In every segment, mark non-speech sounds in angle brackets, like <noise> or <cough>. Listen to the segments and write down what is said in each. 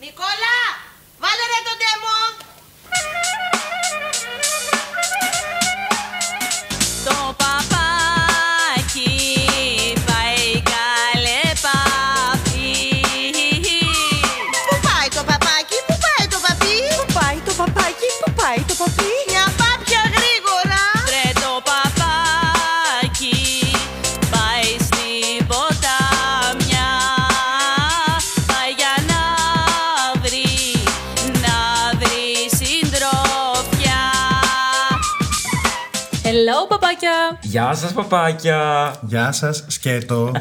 Νικόλα, βάλε ρε τον τέμο. Το παπάκι πάει καλέ παπί. Πού πάει το παπάκι, πού πάει το παπί. Πού πάει το παπάκι, πού πάει το παπί. Μια πάπια γρήγορα. Ρε το παπάκι πάει στην ποτάμια. Πάει για να βρει, να βρει συντρόφια. Hello παπάκια. Γεια σα, παπάκια! Γεια σα, σκέτο.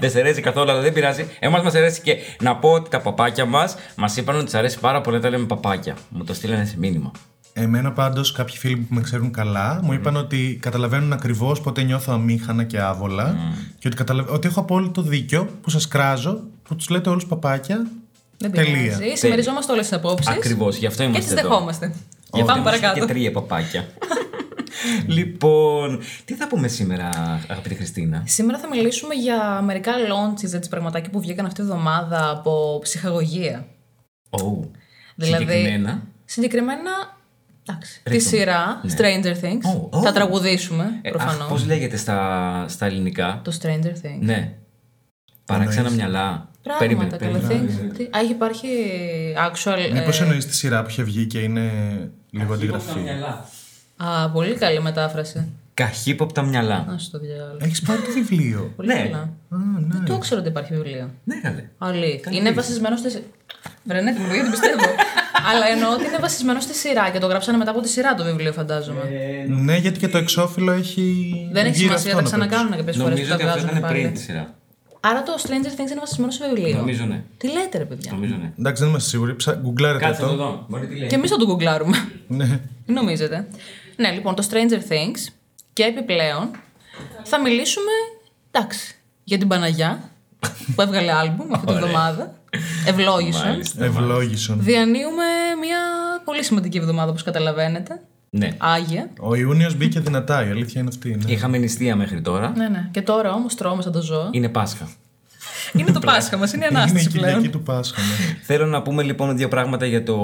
δεν σε αρέσει καθόλου, αλλά δεν πειράζει. Εμάς μας αρέσει και να πω ότι τα παπάκια μας μας είπαν ότι τους αρέσει πάρα πολύ να τα λέμε παπάκια. Μου το στείλανε σε μήνυμα. Εμένα πάντως, κάποιοι φίλοι που με ξέρουν καλά μου είπαν ότι καταλαβαίνουν ακριβώς πότε νιώθω αμήχανα και άβολα και ότι, καταλαβα... ότι έχω απόλυτο δίκιο που σας κράζω, που τους λέτε όλους παπάκια. Δεν Τελεία. πειράζει. Συμμεριζόμαστε όλες τις απόψεις. Ακριβώς, γι' αυτό Και είμαστε. τις εδώ. δεχόμαστε. Γι' αυτό Πάμε είμαστε παρακάτω. Και τρία <laughs> παπάκια. λοιπόν, τι θα πούμε σήμερα, αγαπητή Χριστίνα. Σήμερα θα μιλήσουμε για μερικά launches, έτσι πραγματάκια που βγήκαν αυτή τη εβδομάδα από ψυχαγωγία. Oh, Δηλαδή, συγκεκριμένα. Συγκεκριμένα. Εντάξει. Τη Ρίχτω μου. σειρά Ναι. Stranger Things. Ω, ω. Θα τραγουδήσουμε Ε, προφανώς. Πώς λέγεται στα, στα ελληνικά. Το Stranger Things. Ναι. Παράξενα μυαλά. Πράγματα, καλά things. Τι- Α, υπάρχει actual. Ναι, ε, πώ εννοείς τη σειρά που είχε βγει και είναι λίγο αντιγραφή. Α, πολύ καλή μετάφραση. Καχύποπτα μυαλά. Να στο διάλογο. Έχεις πάρει το <laughs> βιβλίο. Πολύ Ε, ναι. καλά. Α, ναι. Δεν το ξέρω ότι υπάρχει βιβλίο. Ναι, καλέ. Αλή. Είναι βασισμένος στη. Βρε, ναι, την βιβλία την <laughs> πιστεύω. Αλλά εννοώ ότι είναι βασισμένο στη σειρά και το γράψανε μετά από τη σειρά το βιβλίο, φαντάζομαι. Ε, Ναι, γιατί και το εξώφυλλο έχει. Ε, Δεν έχει γύρω σημασία, τα αυτό να ξανακάνουν κάποιε φορέ που Νομίζω τα ότι αυτό βγάζουν ήταν πριν τη πάλι. σειρά. Άρα το Stranger Things είναι βασισμένο σε βιβλίο. Νομίζω ναι. Τι λέτε, ρε παιδιά. Νομίζω ναι. παίξει. Εντάξει, δεν είμαστε σίγουροι. Ψα... Γκουγκλάρετε Κάτσε το. το δω. Μπορεί τι λέει. Και εμείς θα το γκουγκλάρουμε. Ναι. Νομίζετε. Ναι, λοιπόν, το Stranger Things και επιπλέον θα μιλήσουμε. Εντάξει, για την Παναγιά που έβγαλε άλμπουμ αυτή τη Ωραία. εβδομάδα. Ευλόγησαν. Μάλιστα. Ευλόγησον. Διανύουμε μια πολύ σημαντική εβδομάδα, όπως καταλαβαίνετε. Ναι. Άγια. Ο Ιούνιος μπήκε δυνατά, η αλήθεια είναι αυτή. ναι. Είχαμε νηστεία μέχρι τώρα. Ναι, ναι. Και τώρα όμως τρώμε σαν το ζώο. Είναι Πάσχα. είναι το Πάσχα μας, είναι η Είναι η ανάστηση Κυριακή πλέον. του Πάσχα. ναι. Θέλω να πούμε λοιπόν δύο πράγματα για το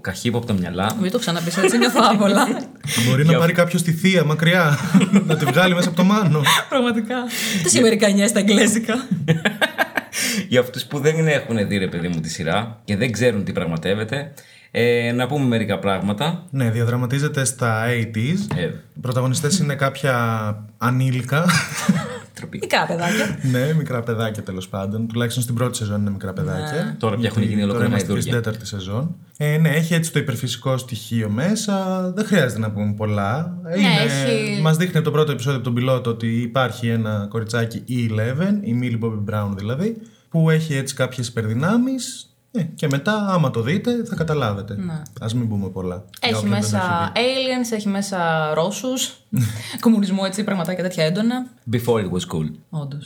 καχύποπτα <laughs> μυαλά. Μην το ξαναπείς έτσι, νιώθω <laughs> άβολα. Μπορεί Για- να πάρει κάποιος τη θεία μακριά, <laughs> να τη βγάλει μέσα από το μάνο. Πραγματικά. Τις Αμερικανιές στα αγγλέσικα. για αυτούς που δεν έχουν δει, ρε παιδί μου, τη σειρά και δεν ξέρουν τι πραγματεύεται, ε, να πούμε μερικά πράγματα. ναι, διαδραματίζεται στα 80s. Ε. Οι πρωταγωνιστές είναι κάποια ανήλικα. Τροπή. Ειδικά, παιδάκια. <laughs> ναι, μικρά παιδάκια τέλος πάντων. Τουλάχιστον στην πρώτη σεζόν είναι μικρά παιδάκια. Ναι. Τώρα πια έχουν Γιατί γίνει ολόκληρα Τώρα είμαστε στην μαϊδούρια. τέταρτη σεζόν. Ε, ναι, έχει έτσι το υπερφυσικό στοιχείο μέσα. Δεν χρειάζεται να πούμε πολλά. Είναι, Ναι, έχει- Μας δείχνει από το πρώτο επεισόδιο από τον πιλότο ότι υπάρχει ένα κοριτσάκι E11, η Millie Bobby Brown δηλαδή, που έχει έτσι κάποιες υπερδυνάμεις. Ε, και μετά, άμα το δείτε, θα καταλάβετε. Ας μην πούμε πολλά. Για Ναι. Έχει όποιον δεν μέσα aliens, έχει μέσα Ρώσους. <laughs> Κομμουνισμό έτσι, πραγματάκια τέτοια έντονα. Before it was cool. Όντως.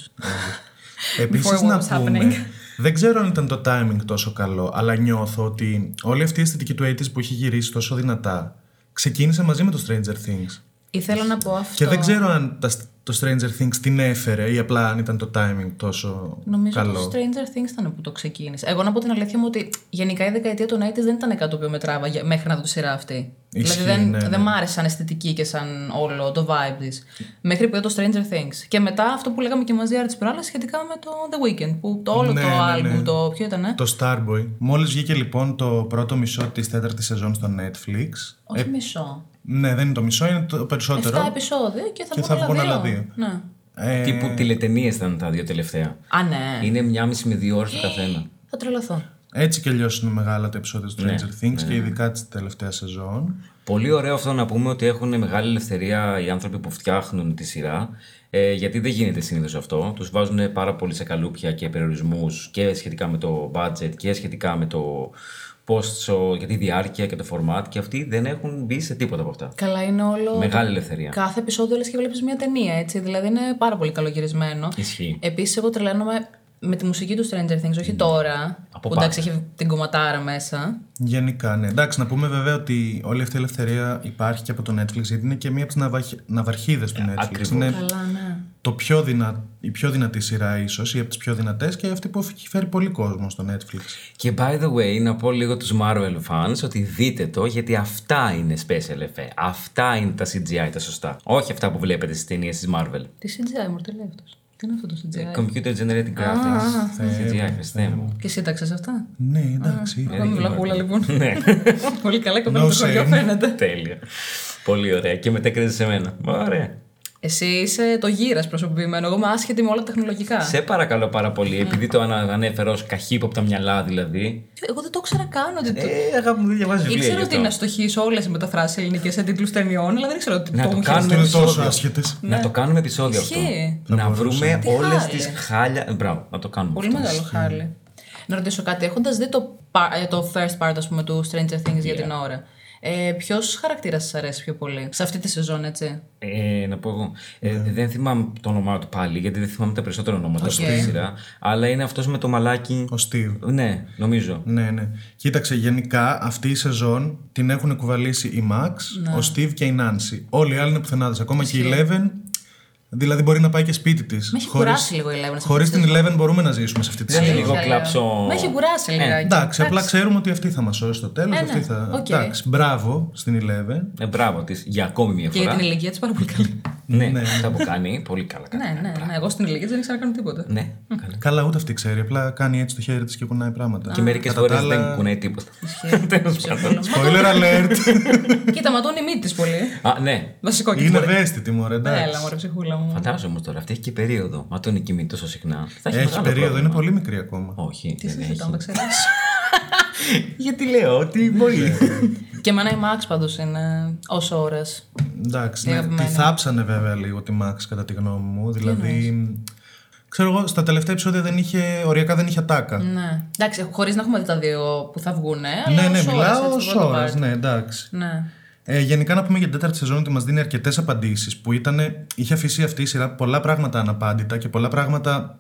Επίσης Before what να was πούμε, happening. δεν ξέρω αν ήταν το timing τόσο καλό, αλλά νιώθω ότι όλη αυτή η αισθητική του 80s που έχει γυρίσει τόσο δυνατά, ξεκίνησε μαζί με το Stranger Things. Ήθελα να πω αυτό. Και δεν ξέρω αν τα, το Stranger Things την έφερε ή απλά αν ήταν το timing τόσο Νομίζω καλό. ότι το Stranger Things ήταν που το ξεκίνησε. Εγώ να πω την αλήθεια μου ότι γενικά η δεκαετία των 80s δεν ήταν κάτι το οποίο με τράβαγε μέχρι να δω τη σειρά αυτή. Ισχύει, δηλαδή δεν, ναι, ναι. δεν μ' άρεσε σαν αισθητική και σαν όλο το vibe της. Μέχρι που είδα το Stranger Things. Και μετά αυτό που λέγαμε και μαζί τη προάλλα σχετικά με το The Weeknd. Που το όλο Ναι, το ναι, album, ναι. το ποιο ήταν. ε? Το Starboy. Μόλις βγήκε λοιπόν το πρώτο μισό της τέταρτης σεζόν στο Netflix. Όχι Ε, μισό. ναι, δεν είναι το μισό, είναι το 7 περισσότερο. επεισόδια και θα, και θα βγουν άλλα δύο. Ναι. Ε, Τύπου τηλετενίες ήταν τα δύο τελευταία. Α, ναι. Είναι μια μισή με δύο ώρες το καθένα. Θα τρελαθώ. Έτσι κι αλλιώς είναι μεγάλα τα επεισόδια του Stranger Things και ειδικά της τελευταίας σεζόν. Πολύ ωραίο αυτό να πούμε ότι έχουν μεγάλη ελευθερία οι άνθρωποι που φτιάχνουν τη σειρά. Ε, γιατί δεν γίνεται συνήθως αυτό. Τους βάζουν πάρα πολύ σε καλούπια και περιορισμούς και σχετικά με το budget και σχετικά με το πόσο και τη διάρκεια και το format. Και αυτοί δεν έχουν μπει σε τίποτα από αυτά. Καλά είναι όλο. Μεγάλη ελευθερία. Κάθε επεισόδιο λες και βλέπεις μια ταινία, έτσι. Δηλαδή είναι πάρα πολύ καλογυρισμένο. Ισχύει. Επίσης, εγώ τρελαίνομαι με τη μουσική του Stranger Things, όχι τώρα. Ναι. Από που εντάξει, πάντα. έχει την κομματάρα μέσα. Γενικά, ναι. Εντάξει, να πούμε βέβαια ότι όλη αυτή η ελευθερία υπάρχει και από το Netflix, γιατί είναι και μία από τις ναυαρχίδες του Netflix. Ε, ακριβώς. Είναι Καλά, ναι. το πιο δυνα... η πιο δυνατή σειρά ίσως ή από τις πιο δυνατές και αυτή που έχει φέρει πολύ κόσμο στο Netflix. Και by the way, να πω λίγο τους Marvel fans ότι δείτε το γιατί αυτά είναι special effect. Αυτά είναι τα CGI τα σωστά. Όχι αυτά που βλέπετε στις ταινίες της Marvel. Τι CGI μου λέει αυτός. Τι είναι αυτό το CGI. Ναι. Computer Generated Graphics. CGI, χριστέ μου. Και σύνταξε αυτά. Ναι, εντάξει. Πάμε βλαχούλα λοιπόν. Ε, Ναι, <laughs> Πολύ καλά η κοπέλα No του χωριού shame. φαίνεται. ε, τέλεια. Πολύ ωραία. Και μετά κρίνεις σε μένα. Ωραία. Εσύ είσαι το γύρας προσωπημένο. Εγώ είμαι άσχετη με όλα τα τεχνολογικά. Σε παρακαλώ πάρα πολύ, επειδή το ανα- ανέφερα ως καχύποπτα μυαλά δηλαδή. Εγώ δεν το ήξερα καν ότι. το- Ε, αγάπη μου, δεν διαβάζεις βιβλία. Ήξερα γι' ότι αυτό. είναι αστοχή σε όλες οι μεταφράσεις ελληνικέ σε τίτλους ταινιών, αλλά δεν ήξερα ότι Να το έχουν κάνουμε Είναι χειριστεί. τόσο άσχετες. Να το κάνουμε επεισόδιο αυτό. Ναι. Ισχύει. Να βρούμε Τι όλες χάλια. τις χάλια. Ε, Μπράβο, να το κάνουμε. Πολύ αυτό. μεγάλο χάλι. Να ρωτήσω κάτι. Έχοντας δει το, πα- ε, το first part ας πούμε, του Stranger Things για την ώρα, ε, ποιος χαρακτήρας σας αρέσει πιο πολύ σε αυτή τη σεζόν, έτσι. Ε, να πω εγώ. Ε, Δεν θυμάμαι το όνομά του πάλι, γιατί δεν θυμάμαι τα περισσότερα ονόματα από τη σειρά. Αλλά είναι αυτός με το μαλάκι. Ο Steve. Ναι, νομίζω. Ναι, ναι. Κοίταξε, γενικά αυτή η σεζόν την έχουν κουβαλήσει η Max, Ναι. ο Steve και η Nancy. Όλοι οι άλλοι είναι πουθενάδες. Ακόμα και η Eleven. Δηλαδή μπορεί να πάει και σπίτι της. Με έχει κουράσει λίγο η Eleven. σε Χωρί αυτή την τη σεζόν. Eleven μπορούμε να ζήσουμε σε αυτή τη Δεν είναι σεζόν. λίγο Ναι, Αλήθεια, κλάψο. λέω. Με έχει κουράσει λιγάκι. Εντάξει, απλά ξέρουμε ότι αυτή θα μας σώσει στο τέλος. Ε, αυτή ναι. θα. Οκ. Εντάξει, μπράβο στην Eleven. Ε, μπράβο της για ακόμη μια Και για φορά. την ηλικία της πάρα πολύ καλή. Ναι, αυτά που κάνει. Πολύ καλά κάνει. ναι, ναι, ναι. Εγώ στην ηλικία της δεν ήξερα να κάνω τίποτα. Ναι, καλά. Καλά, ούτε αυτή ξέρει. Απλά κάνει έτσι το χέρι της και κουνάει πράγματα. Και μερικές Κατά τα φορέ άλλα- δεν κουνάει τίποτα. <laughs> Ισχύει. ναι. Ψευδόλογο. Μα Spoiler alert! <laughs> το- Κοίτα, ματώνει η μύτη της πολύ. Α, ναι. Βασικό και Είναι μπορεί. Ναι, ευαίσθητη, μωρέ, εντάξει. Έλα, μωρέ, ψυχούλα μου. Φαντάζομαι όμως τώρα, αυτή έχει και περίοδο. Μα τον κοιμεί τόσο συχνά. Θα Έχει μεγάλο περίοδο, είναι πρόβλημα. πολύ μικρή ακόμα. Όχι, Τι δεν συζητάμε, έχει. δεν ξέρω. Γιατί λέω ότι Ναι. μπορεί. Και εμένα η Max πάντως είναι όσο ώρες. Εντάξει, ναι. τη Αγαπημένη. θάψανε βέβαια λίγο τη Max κατά τη γνώμη μου. Δηλαδή, ξέρω εγώ, στα τελευταία επεισόδια δεν είχε, οριακά δεν είχε ατάκα. Ναι. Εντάξει, χωρίς να έχουμε δει τα δύο που θα βγουν. Αλλά ναι, ναι, ως ώρες, μιλάω έτσι, ως το πρώτο ώρας, part. ναι, εντάξει. Ναι. Ε, γενικά να πούμε για την τέταρτη σεζόν ότι μας δίνει αρκετές απαντήσεις που ήταν. είχε αφήσει αυτή η σειρά πολλά πράγματα αναπάντητα και πολλά πράγματα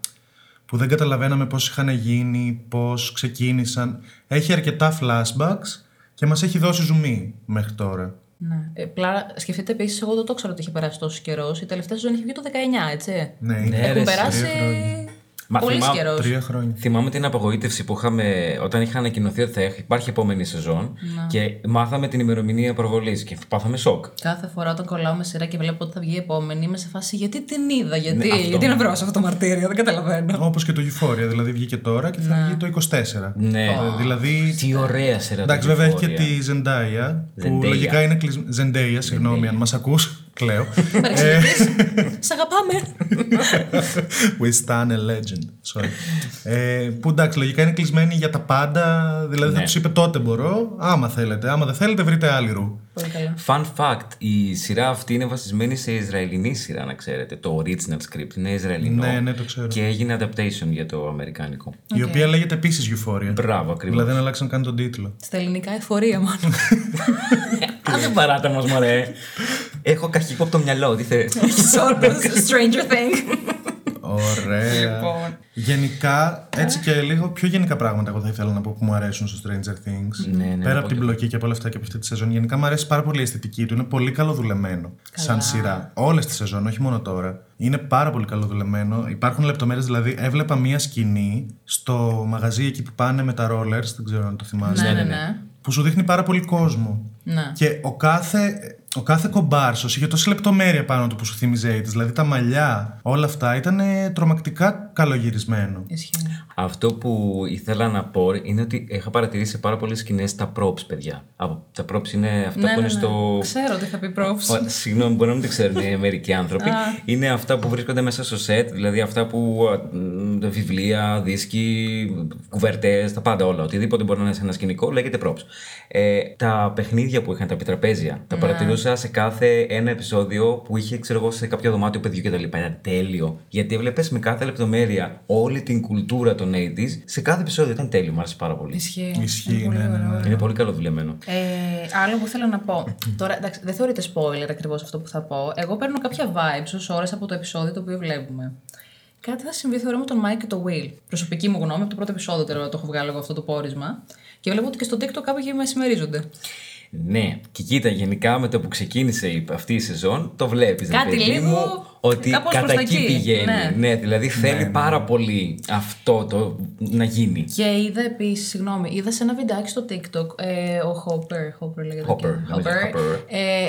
που δεν καταλαβαίναμε πώς είχαν γίνει, πώς ξεκίνησαν. Έχει αρκετά flashbacks και μας έχει δώσει ζουμί μέχρι τώρα. ναι. Ε, πλάρα, σκεφτείτε επίσης, εγώ δεν το ξέρω ότι είχε περάσει τόσος καιρός. Η τελευταία σεζόν είχε βγει το 19, έτσι. Ναι, είναι Ναι, Έχουν ρε, περάσει. τρία χρόνια. Μα Πολύς θυμάμαι- καιρός. τρία χρόνια. Θυμάμαι την απογοήτευση που είχαμε όταν είχα ανακοινωθεί ότι θα έχει- υπάρχει επόμενη σεζόν Ναι. και μάθαμε την ημερομηνία προβολής και πάθαμε σοκ. Κάθε φορά όταν κολλάω με σειρά και βλέπω ότι θα βγει η επόμενη, είμαι σε φάση γιατί την είδα, Ναι, γιατί, αυτό. γιατί να βρω σε αυτό το μαρτύριο, δεν καταλαβαίνω. Όπως και το Euphoria, δηλαδή βγήκε τώρα και θα βγει το 24. Ναι. Ε, Δηλαδή. Τι ωραία σειρά. Εντάξει, το βέβαια έχει και Euphoria. τη Zendaya, που Zendaya. λογικά είναι κλεισμένη. Zendaya, συγγνώμη, αν μας ακούς, <laughs> κλαίω. <laughs> Παρεξηγητής. Σ' αγαπάμε. We stand a legend. Sorry. ε, που εντάξει, λογικά είναι κλεισμένη για τα πάντα. Δηλαδή Ναι. θα τους είπε τότε μπορώ. Άμα θέλετε. Άμα δεν θέλετε, βρείτε άλλη ρου. Πολύ καλά. Fun fact, η σειρά αυτή είναι βασισμένη σε Ισραηλινή σειρά, να ξέρετε. Το original script είναι Ισραηλινό. Ναι, ναι, το ξέρω. Και έγινε adaptation για το Αμερικάνικο. Η οποία λέγεται επίσης Euphoria. Μπράβο, ακριβώς. Δηλαδή δεν αλλάξαν καν τον τίτλο. Στα ελληνικά εφορία, <laughs> μάλλον. Δηλαδή- Άντε παράτα μας, μωρέ. Έχω καχύποπτο το μυαλό, τι θε. Ναι, Σόρπερ, Stranger Thing. Ωραία. Λοιπόν. Γενικά, έτσι και λίγο πιο γενικά πράγματα εγώ θα ήθελα να πω που μου αρέσουν στο Stranger Things. Ναι, ναι, να Πέρα πω από την μπλοκή και από όλα αυτά και από αυτή τη σεζόν, γενικά μου αρέσει πάρα πολύ η αισθητική του. Είναι πολύ καλοδουλεμένο σαν σειρά. Όλες τη σεζόν, όχι μόνο τώρα. Είναι πάρα πολύ καλοδουλεμένο. Υπάρχουν λεπτομέρειες, δηλαδή έβλεπα μία σκηνή στο μαγαζί εκεί που πάνε με τα rollers, δεν ξέρω αν το θυμάσαι. Ναι, ναι, ναι. Που σου δείχνει πάρα πολύ κόσμο. Ναι. Και ο κάθε, ο κάθε κομπάρσος είχε τόση λεπτομέρεια πάνω του που σου θύμιζε AIDS. Δηλαδή τα μαλλιά, όλα αυτά ήταν ε, τρομακτικά καλογυρισμένο. Ισχύει. Αυτό που ήθελα να πω είναι ότι είχα παρατηρήσει σε πάρα πολλές σκηνές τα props, παιδιά. Από, τα props είναι αυτά που είναι στο. Ναι, Ξέρω ότι θα πει πρόφηση. Ω, Συγγνώμη, μπορεί να μην το ξέρουν οι μερικοί άνθρωποι. είναι αυτά που βρίσκονται μέσα στο σετ, δηλαδή αυτά που. α, μ, βιβλία, δίσκοι, κουβερτές, τα πάντα όλα. Οτιδήποτε μπορεί να είναι σε ένα σκηνικό λέγεται props. Ε, τα παιχνίδια που είχαν, τα επιτραπέζια, τα παρατηρούσα σε κάθε ένα επεισόδιο που είχε, ξέρω εγώ, σε κάποιο δωμάτιο παιδιού κτλ. Ήταν τέλειο. Γιατί έβλεπες με κάθε λεπτομέρεια όλη την κουλτούρα των 80s σε κάθε επεισόδιο. Ήταν τέλειο, μου άρεσε πάρα πολύ. Ισχύει. Ισχύει, ναι, ναι, ναι. Είναι πολύ καλοδουλεμένο. Ε, άλλο που θέλω να πω. Τώρα, εντάξει, δεν θεωρείται spoiler ακριβώς αυτό που θα πω. Εγώ παίρνω κάποια vibes ως ώρες από το επεισόδιο το οποίο βλέπουμε. Κάτι θα συμβεί, θεωρώ, με τον Mike και το Will. Προσωπική μου γνώμη, από το πρώτο επεισόδιο τώρα το έχω βγάλει εγώ αυτό το πόρισμα. Και βλέπω ότι και στο TikTok κάποιοι μεσημερίζονται. Ναι, και κοίτα, γενικά με το που ξεκίνησε η- αυτή η σεζόν, το βλέπεις. Κάτι λίγο Ότι Κάπως κατά προς τα εκεί εκεί, πηγαίνει. Ναι, ναι. δηλαδή θέλει πάρα πολύ αυτό το να γίνει. Και είδα επίσης, συγγνώμη, είδα σε ένα βιντεάκι στο TikTok. Ε, ο Hopper, Hopper λέγεται. Hopper, εκεί. λέγεται Hopper.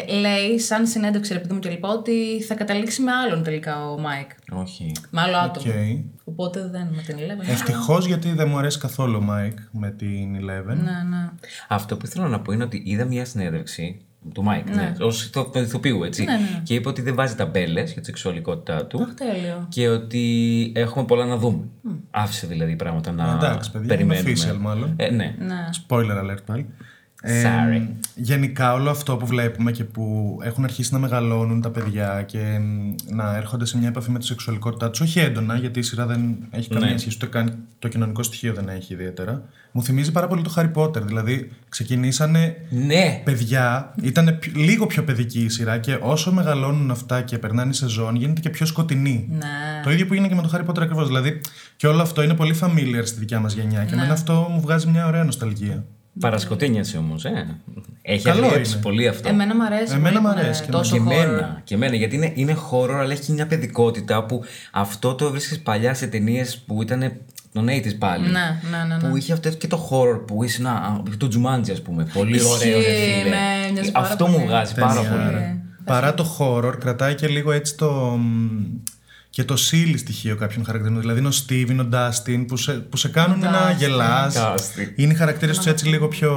Ε, λέει, σαν συνέντευξη, ρε παιδί μου και λοιπά, ότι θα καταλήξει με άλλον τελικά ο Μάικ. Όχι. Με άλλο άτομο. Okay. Οπότε δεν με την Eleven. Ευτυχώς γιατί δεν μου αρέσει καθόλου ο Μάικ με την Eleven. Ναι, ναι. Αυτό που θέλω να πω είναι ότι είδα μια συνέντευξη του Μάικ, ναι. ως ηθο- του ηθοποιού, έτσι. Και είπε ότι δεν βάζει ταμπέλες για τη σεξουαλικότητά του. Ναι, Αχ, τέλειο. και ότι έχουμε πολλά να δούμε. Άφησε δηλαδή πράγματα να Εντάξει, παιδιά, περιμένουμε. είναι official μάλλον. Ε, ναι. Ναι. Spoiler alert πάλι. Ε, Sorry. γενικά όλο αυτό που βλέπουμε και που έχουν αρχίσει να μεγαλώνουν τα παιδιά και εμ, να έρχονται σε μια επαφή με τη σεξουαλικότητά τους, όχι έντονα γιατί η σειρά δεν έχει καμία σχέση, ούτε καν το κοινωνικό στοιχείο δεν έχει ιδιαίτερα. Μου θυμίζει πάρα πολύ το Harry Potter, δηλαδή ξεκινήσανε Ναι. παιδιά, ήταν λίγο πιο παιδική η σειρά και όσο μεγαλώνουν αυτά και περνάνε οι σεζόν, γίνεται και πιο σκοτεινή. Ναι. Το ίδιο που έγινε και με το Harry Potter ακριβώς. Δηλαδή, και όλο αυτό είναι πολύ familiar στη δικιά μας γενιά. Και εμένα αυτό μου βγάζει μια ωραία νοσταλγία. Παρασκοτίνιασε όμως, ε. Έχει Καλό αλλιεύσει είναι. πολύ αυτό. Εμένα μου αρέσει. Εμένα που μ' έχουν, αρέσει ε, και τόσο και χώρο. εμένα, και εμένα, γιατί είναι, είναι horror, αλλά έχει και μια παιδικότητα που αυτό το βρίσκεις παλιά σε ταινίες που ήταν των 80s πάλι. Ναι, ναι, ναι, ναι. Που είχε αυτό και το horror που είσαι να. το Τζουμάντζι, ας πούμε. Πολύ Ισχύει, ωραίο, ρε φίλε. ναι, μοιάζει πάρα αυτό μου πολύ. βγάζει πάρα Ταινία, πολύ. ρε. Παρά το horror, κρατάει και λίγο έτσι το. μ, και το σύλλη στοιχείο κάποιων χαρακτήρων. Δηλαδή είναι ο Steven, είναι ο Dustin που σε, που σε κάνουν να γελάς. Dustin. Είναι οι χαρακτήρες τους έτσι λίγο πιο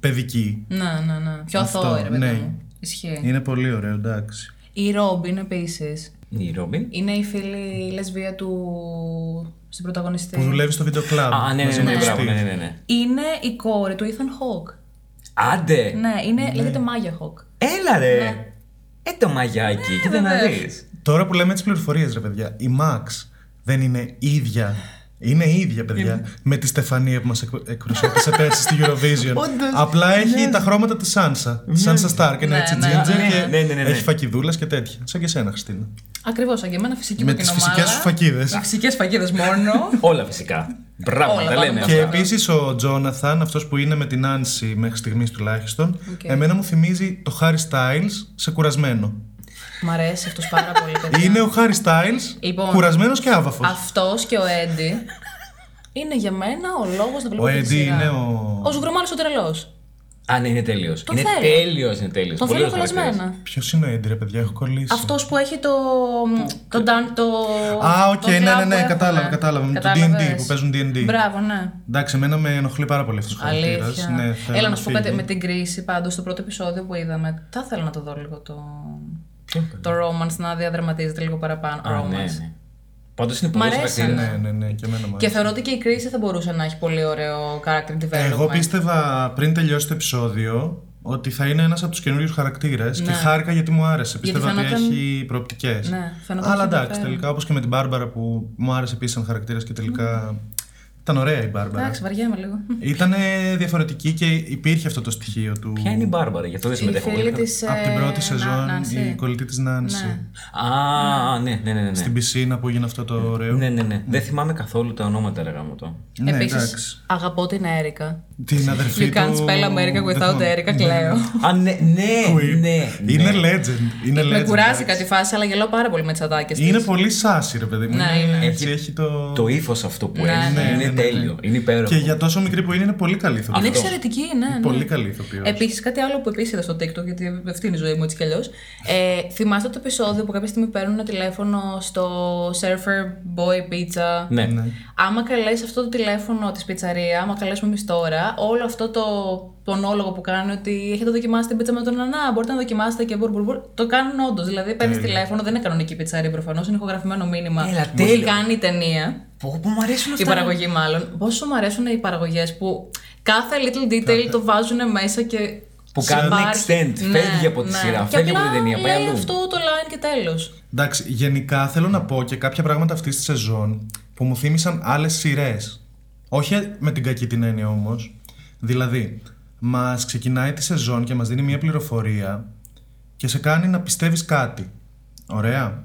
παιδικοί. Ναι, ναι, ναι. Πιο Αυτό, αθώο, ρε παιδί ναι. μου. Ισχύει. Είναι πολύ ωραίο, εντάξει. Η Ρόμπιν επίσης. Η Ρόμπιν. Είναι η φίλη λεσβία του. στην πρωταγωνιστή. Που δουλεύει στο βίντεο κλαμπ. Α, ναι, ναι, μαζί ναι, με ναι, τον μπράβο, Steve. ναι, ναι, ναι, ναι. Είναι η κόρη του Ethan Hawke. Άντε! Ναι, είναι, λέγεται Maya Hawke. Έλα ρε! Ε το μαγιάκι, Ναι, κοίτα να δεις. Τώρα που λέμε τις πληροφορίες, ρε παιδιά, η Max δεν είναι ίδια. Είναι η ίδια, παιδιά, με τη Στεφανία που μας εκπροσώπησε πέρσι στη Eurovision. Απλά έχει τα χρώματα της Σάνσα. Τη Σάνσα Σταρκ είναι Ναι, έτσι ναι, τζίντζερ ναι, και ναι, ναι, ναι, ναι. έχει φακιδούλα και τέτοια. Σαν και σένα, Χριστίνα. Ακριβώς, σαν και εμένα φυσική με μου τι την φυσικέ ομάδα. σου φακίδες. Φυσικέ φαγίδε μόνο. Όλα φυσικά. Μπράβο, Όλα, τα λέμε πάμε. Και Ναι, αυτά. επίσης ο Τζόναθαν, αυτός που είναι με την Άνση μέχρι στιγμής τουλάχιστον, εμένα μου θυμίζει το Harry Styles σε κουρασμένο. Μ' αρέσει αυτός πάρα <laughs> πολύ. παιδιά. Είναι ο Harry Styles Λοιπόν. κουρασμένος και άβαφος. Αυτός και ο Έντι είναι για μένα ο λόγος να βλέπω Ο αυτή τη Έντι σειρά. είναι ο. Ο σγουρμάλη ο τρελός. Α, ναι, είναι τέλειος. Τον Είναι θέλω. τέλειος, είναι τέλειος. Τον Πολύ θέλω ωραίος χαρακτήρας. κολλασμένα. Ποιος είναι ο Έντι, ρε παιδιά, έχω κολλήσει. Αυτός που έχει το. το, dan- το Α, οκ, το ναι, κλαμπ ναι, που ναι, έχουν. κατάλαβα, κατάλαβα. Με το Κατάλαβες. D&D που παίζουν D&D. Μπράβο, ναι. Εντάξει, εμένα με ενοχλεί πάρα πολύ αυτός ο χαρακτήρας. Αλήθεια. Ναι, θέλω Έλα να σου πω φύγει. κάτι με την κρίση πάντως στο πρώτο επεισόδιο που είδαμε. Θα ήθελα να το δω λίγο το. Το romance να διαδραματίζεται λίγο παραπάνω. Α, romance. ναι, ναι. Πάντως είναι πολύ αρέσει. χαρακτήρας. Ναι, ναι, ναι, και εμένα μου Και αρέσει. θεωρώ ότι και η κρίση θα μπορούσε να έχει πολύ ωραίο character development. Ε, Εγώ πίστευα πριν τελειώσει το επεισόδιο ότι θα είναι ένας από τους καινούριους χαρακτήρες και χάρηκα γιατί μου άρεσε. Πίστευα ότι Ναι. φαινόταν- έχει προοπτικές. Ναι, φαινόταν Αλλά έχει εντάξει, ενδιαφέρον. τελικά όπως και με την Μπάρμπαρα που μου άρεσε επίσης σαν χαρακτήρας και τελικά. Ήταν ωραία η Μπάρμπαρα. Mm. Εντάξει, βαριέμαι λίγο. Ήταν διαφορετική και υπήρχε αυτό το στοιχείο του. Ποια είναι η Μπάρμπαρα, γι' αυτό δεν Η συμμετέχω. φίλη ε, πολύ. της. Από την πρώτη σεζόν η κολλητή της Νάνση. ναι. Α, ναι, ναι, ναι, ναι, ναι. Στην πισίνα που έγινε αυτό το ωραίο. Ναι, ναι, ναι. Δεν θυμάμαι καθόλου τα ονόματα, ρε γάμο το. Ναι, εντάξει. Επίση, αγαπώ την Έρικα. Την αδερφή You του... can't spell America δεν without θυμάμαι. Erica, κλαίω. Α, <laughs> ναι, ναι, Που ναι. Είναι legend. Είναι Με legend. κουράζει κάτι φάση, αλλά γελάω πάρα πολύ με τις ατάκες τη. Είναι πολύ σάσι, ρε παιδί μου. Ναι, είναι. είναι. Έτσι έχει το... Το ύφος αυτό που Ναι, έχει ναι, ναι, είναι ναι, ναι. τέλειο. Είναι υπέροχο. Και για τόσο μικρή που είναι, είναι πολύ καλή ηθοποιός. Είναι εξαιρετική, ναι. ναι. Πολύ καλή ηθοποιός. Επίσης, κάτι άλλο που επίσης είδα στο TikTok, γιατί αυτή είναι η ζωή μου έτσι κι αλλιώς. Ε, θυμάστε το επεισόδιο που κάποια στιγμή παίρνουν ένα τηλέφωνο στο Surfer Boy Pizza. Ναι. Ναι. Άμα καλέσει αυτό το τηλέφωνο της πιτσαρίας, άμα καλέσουμε εμείς τώρα, όλο αυτό το πονόλογο που κάνει ότι έχετε δοκιμάσει την πίτσα με τον Ανά, μπορείτε να δοκιμάσετε και μπουρ, μπουρ, μπουρ. Το κάνουν όντως. Δηλαδή παίρνεις τηλέφωνο, δεν είναι κανονική πιτσαρία προφανώς, είναι ηχογραφημένο μήνυμα. Έλα, που έχει τέλειο. κάνει η ταινία. Πω, πω, μου αρέσουν Η αυτά. παραγωγή, μάλλον. Πόσο μου αρέσουν οι παραγωγές που κάθε little detail το βάζουν μέσα και. Που σε κάνουν βάρκι. extend, φεύγει από τη σειρά, Και φεύγει από απλά την ταινία, πάει λέει αλλού. αυτό το line και τέλος. Εντάξει, γενικά θέλω να πω και κάποια πράγματα αυτής της σεζόν που μου θύμισαν άλλες σειρές. Όχι με την κακή την έννοια όμως. Δηλαδή, μας ξεκινάει τη σεζόν και μας δίνει μια πληροφορία και σε κάνει να πιστεύεις κάτι. Ωραία.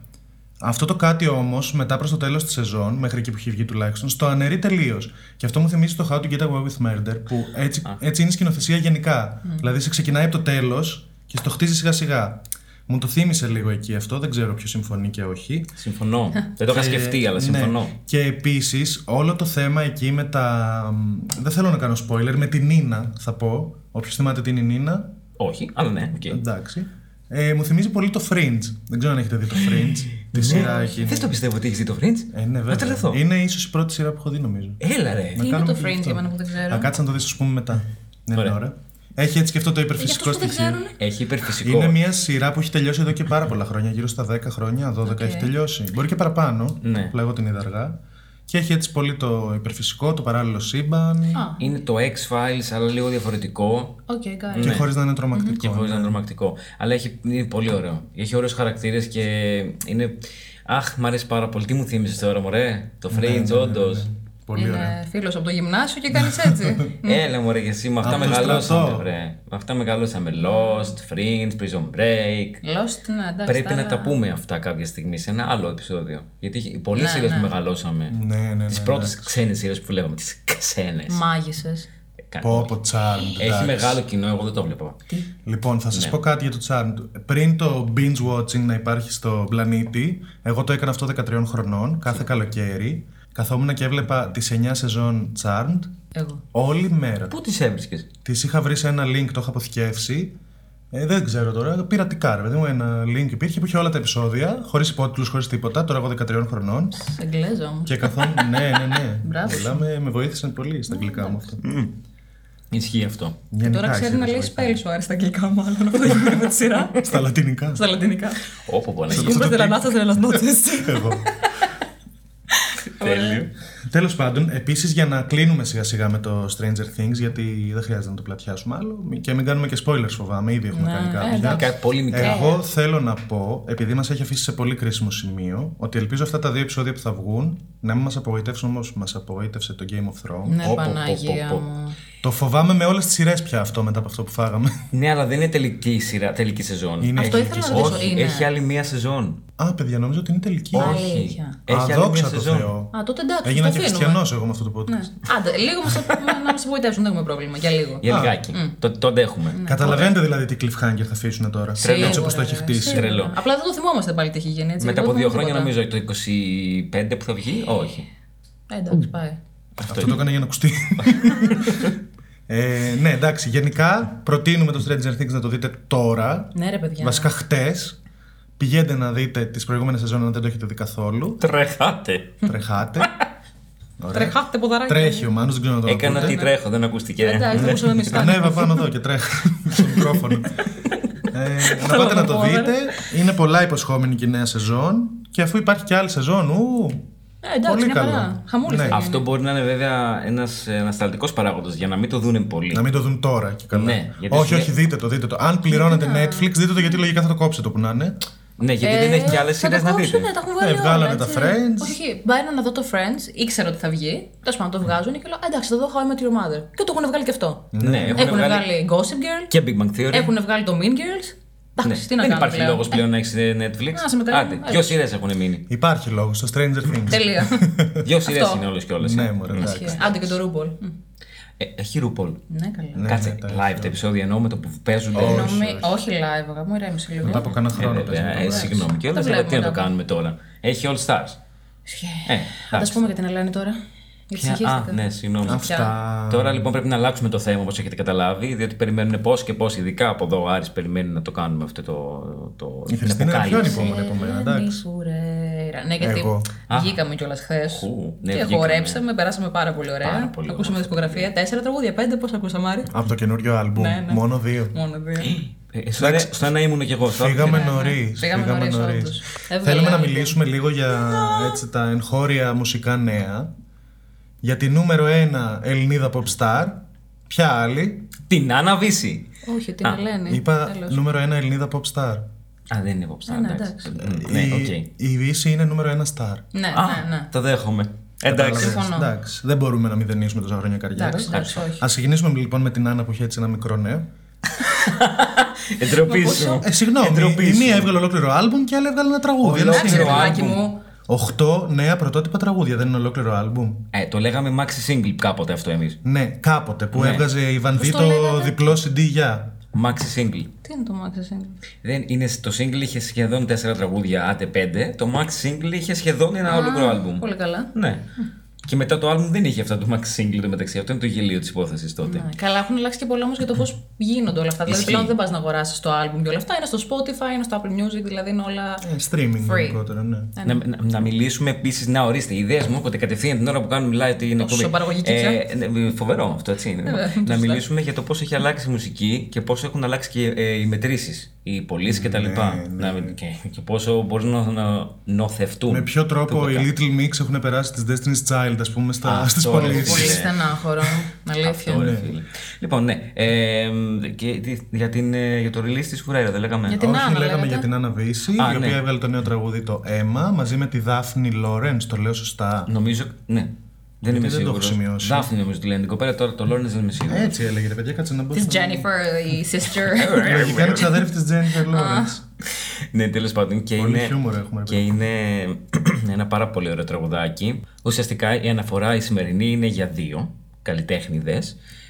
Αυτό το κάτι όμως, μετά προς το τέλος της σεζόν, μέχρι εκεί που έχει βγει τουλάχιστον, στο αναιρεί τελείως. Και αυτό μου θυμίζει το How to Get Away with Murder, που έτσι, έτσι είναι η σκηνοθεσία γενικά. Δηλαδή, σε ξεκινάει από το τέλος και στο χτίζει σιγά-σιγά. Μου το θύμισε λίγο εκεί αυτό, δεν ξέρω ποιος συμφωνεί και όχι. Συμφωνώ. Δεν το είχα σκεφτεί, αλλά Ναι. συμφωνώ. Και επίσης, όλο το θέμα εκεί με τα. Δεν θέλω να κάνω spoiler, με την Νίνα θα πω. Όποιος θυμάται την Νίνα, Όχι, αλλά ναι, οκ. εντάξει. Ε, μου θυμίζει πολύ το Fringe. Δεν ξέρω αν έχετε δει το <laughs> Fringe. τη σειρά εκείνη. Ναι. Δεν το πιστεύω ότι έχεις δει το Fringe. Ε, ναι, Να βέβαια. τρελαθώ. Είναι Ναι. ίσως η πρώτη σειρά που έχω δει, νομίζω. Έλα ρε. Τι είναι κάνουμε το και Fringe αυτό. για μένα που δεν ξέρω. Θα κάτσε να το δεις, α πούμε, μετά. Ναι, Ωραία. ωραία. Έχει έτσι και αυτό το Για υπερφυσικό αυτούς που δεν στοιχείο. ξέρουν. Έχει υπερφυσικό. Είναι μια σειρά που έχει τελειώσει εδώ και πάρα πολλά χρόνια, γύρω στα 10 χρόνια, 12 έχει τελειώσει. Μπορεί και παραπάνω, Ναι. απλά εγώ την είδα αργά. Και έχει έτσι πολύ το υπερφυσικό, το παράλληλο σύμπαν. Είναι το X-Files, αλλά λίγο διαφορετικό. Οκ, got it. Ναι. Και χωρίς να είναι τρομακτικό. Και χωρίς να είναι τρομακτικό. Αλλά έχει, είναι πολύ ωραίο. Έχει ωραίους χαρακτήρες και είναι. Αχ, μ' αρέσει πάρα πολύ. Τι μου θύμισες τώρα, μωρέ. Ναι, Το Fringe, όντω. Πολύ ωραία. Είναι φίλος από το γυμνάσιο και κάνεις <laughs> έτσι. Έλα, μωρέ, και εσύ με αυτά ναι. Από το μεγαλώσαμε, στρατό. βρε. Με αυτά μεγαλώσαμε. Lost, Fringe, Prison Break. Lost, ναι, εντάξει. Πρέπει να άλλα- τα πούμε αυτά κάποια στιγμή σε ένα άλλο επεισόδιο. Γιατί έχει πολλές Ναι, σειρές που ναι. μεγαλώσαμε. Ναι, ναι, ναι. Τις ναι. πρώτες ξένες σειρές που βλέπαμε. Τις ξένες. Μάγισσες. ναι. Πω, πω, Charmed. Έχει εντάξει. μεγάλο κοινό, εγώ δεν το βλέπα. Λοιπόν, θα Ναι. σα πω κάτι για το Charmed. Πριν το binge watching να υπάρχει στο πλανήτη, εγώ το έκανα αυτό 13 χρονών, Ναι. κάθε καλοκαίρι. Καθόμουν και έβλεπα τις 9 σεζόν Charmed Εγώ. όλη μέρα. Πού τις έβρισκες. Τη είχα βρει σε ένα link, το είχα αποθηκεύσει. Ε, δεν ξέρω τώρα, πειρατικά ρε παιδί μου. Ένα link υπήρχε που είχε όλα τα επεισόδια, χωρίς υπότιτλους, χωρίς τίποτα. Τώρα εγώ 13 χρονών. Σε Εγγλέζα όμως. Και <laughs> καθόμουν. ναι, ναι, ναι. Μπράβο Ναι. Πολλά με, με βοήθησαν πολύ στα αγγλικά μου αυτό. Ισχύει αυτό. Γενικά, Τώρα ξέρει να ίσως λέει βοηθάει. spell σου, άρεσε στα αγγλικά μάλλον. Αυτό γίνεται με τη <laughs> σειρά. Στα λατινικά. Στα λατινικά. Όπου μπορεί να το Κούμπερ τελανάσα τελανάσα. Εγώ. Τέλειο. Τέλος πάντων, επίσης για να κλείνουμε σιγά σιγά με το Stranger Things, γιατί δεν χρειάζεται να το πλατιάσουμε άλλο μη- και μην κάνουμε και spoilers, φοβάμαι. Ήδη Ναι, έχουμε κάνει κάποια. Κάτι πολύ μικρό. Εγώ θέλω να πω, επειδή μας έχει αφήσει σε πολύ κρίσιμο σημείο, ότι ελπίζω αυτά τα δύο επεισόδια που θα βγουν να μην μας απογοητεύσουν όπω μας απογοήτευσε το Game of Thrones. Ναι, Ω, πω, πω, Παναγία πω, πω. μου. Το φοβάμαι με όλες τις σειρές πια αυτό μετά από αυτό που φάγαμε. Ναι, αλλά δεν είναι τελική σειρά, τελική σεζόν. Είναι Αυτό Ναι, έχει ήθελα και να ρωτήσω. Όχι, Είναι. έχει άλλη μία σεζόν. Α, παιδιά, νομίζω ότι είναι τελική. Αλήθεια. Έχει Α, άλλη μία δόξα τω σεζόν. Θεώ. Α, τότε εντάξει. Έγινα το και αφήνουμε. Ναι, χριστιανός εγώ με αυτό το podcast. Άντε, λίγο <laughs> μας απο- να μας απογοητεύσουν, δεν έχουμε πρόβλημα. Για λίγο. Για λιγάκι. Το, το Ναι, αντέχουμε. Καταλαβαίνετε δηλαδή τι cliffhanger θα αφήσουν τώρα. Τρελό. Έτσι όπως το έχει Σίγουρα, χτίσει. σίγουρα. Τρελό. Απλά δεν το θυμόμαστε πάλι τι έχει γίνει. Έτσι. Μετά Εγώ από δύο δεν χρόνια θυμάμαι νομίζω το 25 που θα βγει. Όχι. τίποτα. Ε, Εντάξει, πάει. Αυτό το έκανα για να <laughs> ακουστεί. ε, ναι, εντάξει. Γενικά προτείνουμε το Stranger Things να το δείτε τώρα. Ναι, ρε παιδιά. Βασικά χτες. Πηγαίνετε να δείτε τις προηγούμενες σεζόν αν δεν το έχετε δει καθόλου. Τρέχατε. Τρεχάτε. <laughs> Ωραία. Τρεχάτε ποδαράκι. Τρέχει ο Μάνος, δεν ξέρω να το Έκανα ακούτε. τι τρέχω, δεν ακούστηκε. Εντάξει, Ναι. δεν μπορούσαμε εμεί κάτι. Ανέβα πάνω εδώ και τρέχα <laughs> στο μικρόφωνο. ε, να πάτε να ναι. το Καλά, δείτε. Είναι πολλά υποσχόμενη και η νέα σεζόν. Και αφού υπάρχει και άλλη σεζόν, ου, Ε, εντάξει, Πολύ μια καλό. χαρά. Χαμούλη Ναι. θα γίνει. Αυτό μπορεί να είναι βέβαια ένας ανασταλτικός παράγοντας για να μην το δούνε πολύ. να μην το δουν τώρα και καλά. Ναι, γιατί σου όχι, λέει- όχι, δείτε το, δείτε το. Αν πληρώνετε Netflix, δείτε το γιατί λογικά θα το κόψετε το που να είναι. Ναι, γιατί δεν Ε, έχει και άλλες θα σειρές τα να κόψουνε, δείτε. τα έχουν βγάλει Ε, βγάλανε όλα, τα έτσι. Friends. Όχι, όχι. Μπαίνω να δω το Friends, ήξερα ότι θα βγει. Τέλος πάντων το βγάζουν και λέω Εντάξει, θα δω How I Met Your Mother. Και το έχουν βγάλει και αυτό. Ναι, έχουν Έχουν βγάλει βγάλει Gossip Girl. και Big Bang Theory. Έχουν βγάλει το Mean Girls. Ναι. Εντάξει, τι να Δεν κάνουμε. υπάρχει λόγος πλέον να έχεις Netflix. να σε μεταφέρουμε. Άντε, δύο σειρές έχουν μείνει. Υπάρχει λόγος στο Stranger Things. Ε, <laughs> Τελεία. <laughs> Δύο σειρέ Αυτό. είναι όλες και ε. όλες. ναι, μωρέ, εντάξει. Άντε και το Ρούμπολ. Έχει ρούπολ. Ναι, καλά. Ναι, ε, Κάτσε ναι, τα live τα επεισόδια εννοώ με το που παίζουν. Όχι. Νομι... Όχι live, αγάπη μου, ηρέμησε λίγο. Μετά από κανένα Ε, χρόνο βέβαια, παίζουμε. ε, Συγγνώμη και όλα, Τα αλλά τι να το βλέπουμε τα- κάνουμε τώρα. Έχει All Stars. Ε, Θα τα εντάξει. πούμε για την Ελένη τώρα. Γιατί Ποια- Α, συγχύστηκα. ναι, συγγνώμη. Αυτά. Τώρα λοιπόν πρέπει να αλλάξουμε το θέμα όπως έχετε καταλάβει, διότι περιμένουν πώς και πώς, ειδικά από εδώ ο Άρης περιμένει να το κάνουμε αυτό το, το Η την Χριστίνα είναι πιο αποκάλυψη. Ε, ανυπόμονη από ναι, μένα, εντάξει. Ελένη Φουρέρα. Ναι, γιατί Εγώ. βγήκαμε κιόλας χθες. Χου, ναι, Και βγήκαμε. χορέψαμε, περάσαμε πάρα πολύ ωραία. Πάρα πολύ Ακούσαμε ωραία. Ναι. δισκογραφία. Τέσσερα τραγούδια, πέντε, πώς ακούσαμε, Μάρι. Από το καινούριο άλμπουμ. Ναι, ναι. Μόνο δύο. Μόνο δύο. Ε, στο ένα- Στο ένα ήμουν κι εγώ. στο άλλο Φύγαμε δεν. νωρί. Φύγαμε Φύγαμε νωρίς, νωρίς. όντως. Έβγαλε Θέλουμε να άλμπουμ. μιλήσουμε λίγο για έτσι, τα εγχώρια μουσικά νέα. Για τη νούμερο 1 Ελληνίδα pop star. Ποια άλλη. Την Άννα Βύση. Όχι, την Α, Ελένη. Είπα Ναι, Τέλος. νούμερο 1 Ελληνίδα pop star. Α, δεν είναι υποψήφια. Α, ναι, εντάξει. Ε, Ναι, η, οκ. η Βύση είναι νούμερο 1 star. Ναι, ναι, Α, ναι. το δέχομαι. Εντάξει. Κατάλαβες. συμφωνώ. Εντάξει. Δεν μπορούμε να μηδενίσουμε τόσα χρόνια καριέρα. Εντάξει, εντάξει, όχι. Ας ξεκινήσουμε λοιπόν με την Άννα που έχει έτσι ένα μικρό νέο. Εντροπή σου. Ε, συγγνώμη, Εντροπή η σου. μία έβγαλε ολόκληρο άλμπουμ και η άλλη έβγαλε ένα τραγούδι. Ένα Εντάξει, ρε σύγχρονο. Ολόκληρο παιδάκι άλμπουμ. μου. Οχτώ νέα πρωτότυπα τραγούδια, δεν είναι ολόκληρο άλμπουμ. Ε, το λέγαμε Maxi Single κάποτε αυτό εμείς. Ναι, κάποτε που Ναι. έβγαζε η Βανδί το το λέγανε? διπλό CD για. Maxi Single. Τι είναι το Maxi Single. Δεν είναι, το single είχε σχεδόν 4 τραγούδια, άντε 5. Το Max Single είχε σχεδόν ένα ολόκληρο άλμπουμ. Πολύ καλά. Ναι. Και μετά το άλμπουμ δεν είχε αυτά το Max Single το μεταξύ. Αυτό είναι το γελίο της υπόθεσης τότε. Ναι. Καλά, έχουν αλλάξει και πολλά όμως για το πώς γίνονται όλα αυτά. Δηλαδή Ναι. Ισχύει. πλέον δεν πας να αγοράσεις το album και όλα αυτά. Είναι στο Spotify, είναι στο Apple Music, δηλαδή είναι όλα. Ε, streaming Free. γενικότερα, ναι. Ε, Να, να, να μιλήσουμε επίσης, να ορίστε, οι ιδέες μου όποτε κατευθείαν την ώρα που κάνουμε live την εκπομπή. παραγωγική πια. Ε, ναι, φοβερό αυτό, έτσι είναι. Βέβαια, να σωστά. μιλήσουμε για το πώς έχει αλλάξει η μουσική και πώς έχουν αλλάξει και ε, οι μετρήσεις, οι πωλήσει κτλ. Ναι, Να μην- και, και πόσο μπορείς να, να νοθευτούν. Με ποιο τρόπο οι τοπικά. Little Mix έχουν περάσει τις Destiny's Child, ας πούμε, στα, Αυτό, στις ρε, Πολύ πωλήσεις. φίλε. στενάχωρο. Αλήθεια. Ε, ναι. Αυτό, ρε, φίλε. Λοιπόν, ναι. Ε, και, τι- για, την, ε, για το release της Φουρέιρα δεν λέγαμε. Για την Όχι, Άννα, λέγαμε λέγατε. για την Άννα Βύση, η Α, οποία ναι. έβγαλε το νέο τραγούδι το Έμα μαζί με τη Δάφνη Λόρενς, το λέω σωστά. Νομίζω. Ναι. Δεν είμαι δεν το σίγουρο. έχω σημειώσει. Ε, Δάφνη νομίζω τη λένε την κοπέλα, τώρα το Λόρνες δεν είμαι σίγουρος. Έτσι έλεγε, ρε παιδιά, κάτσε να μπω. Της στο- Jennifer, η Ε, sister. Λογικά είναι ξαδέρφη της Jennifer Lawrence. ναι, τέλος πάντων. Και Πολύ είναι, χιούμορ έχουμε, και είναι <clears throat> ένα πάρα πολύ ωραίο τραγουδάκι. Ουσιαστικά η αναφορά η σημερινή είναι για δύο καλλιτέχνηδες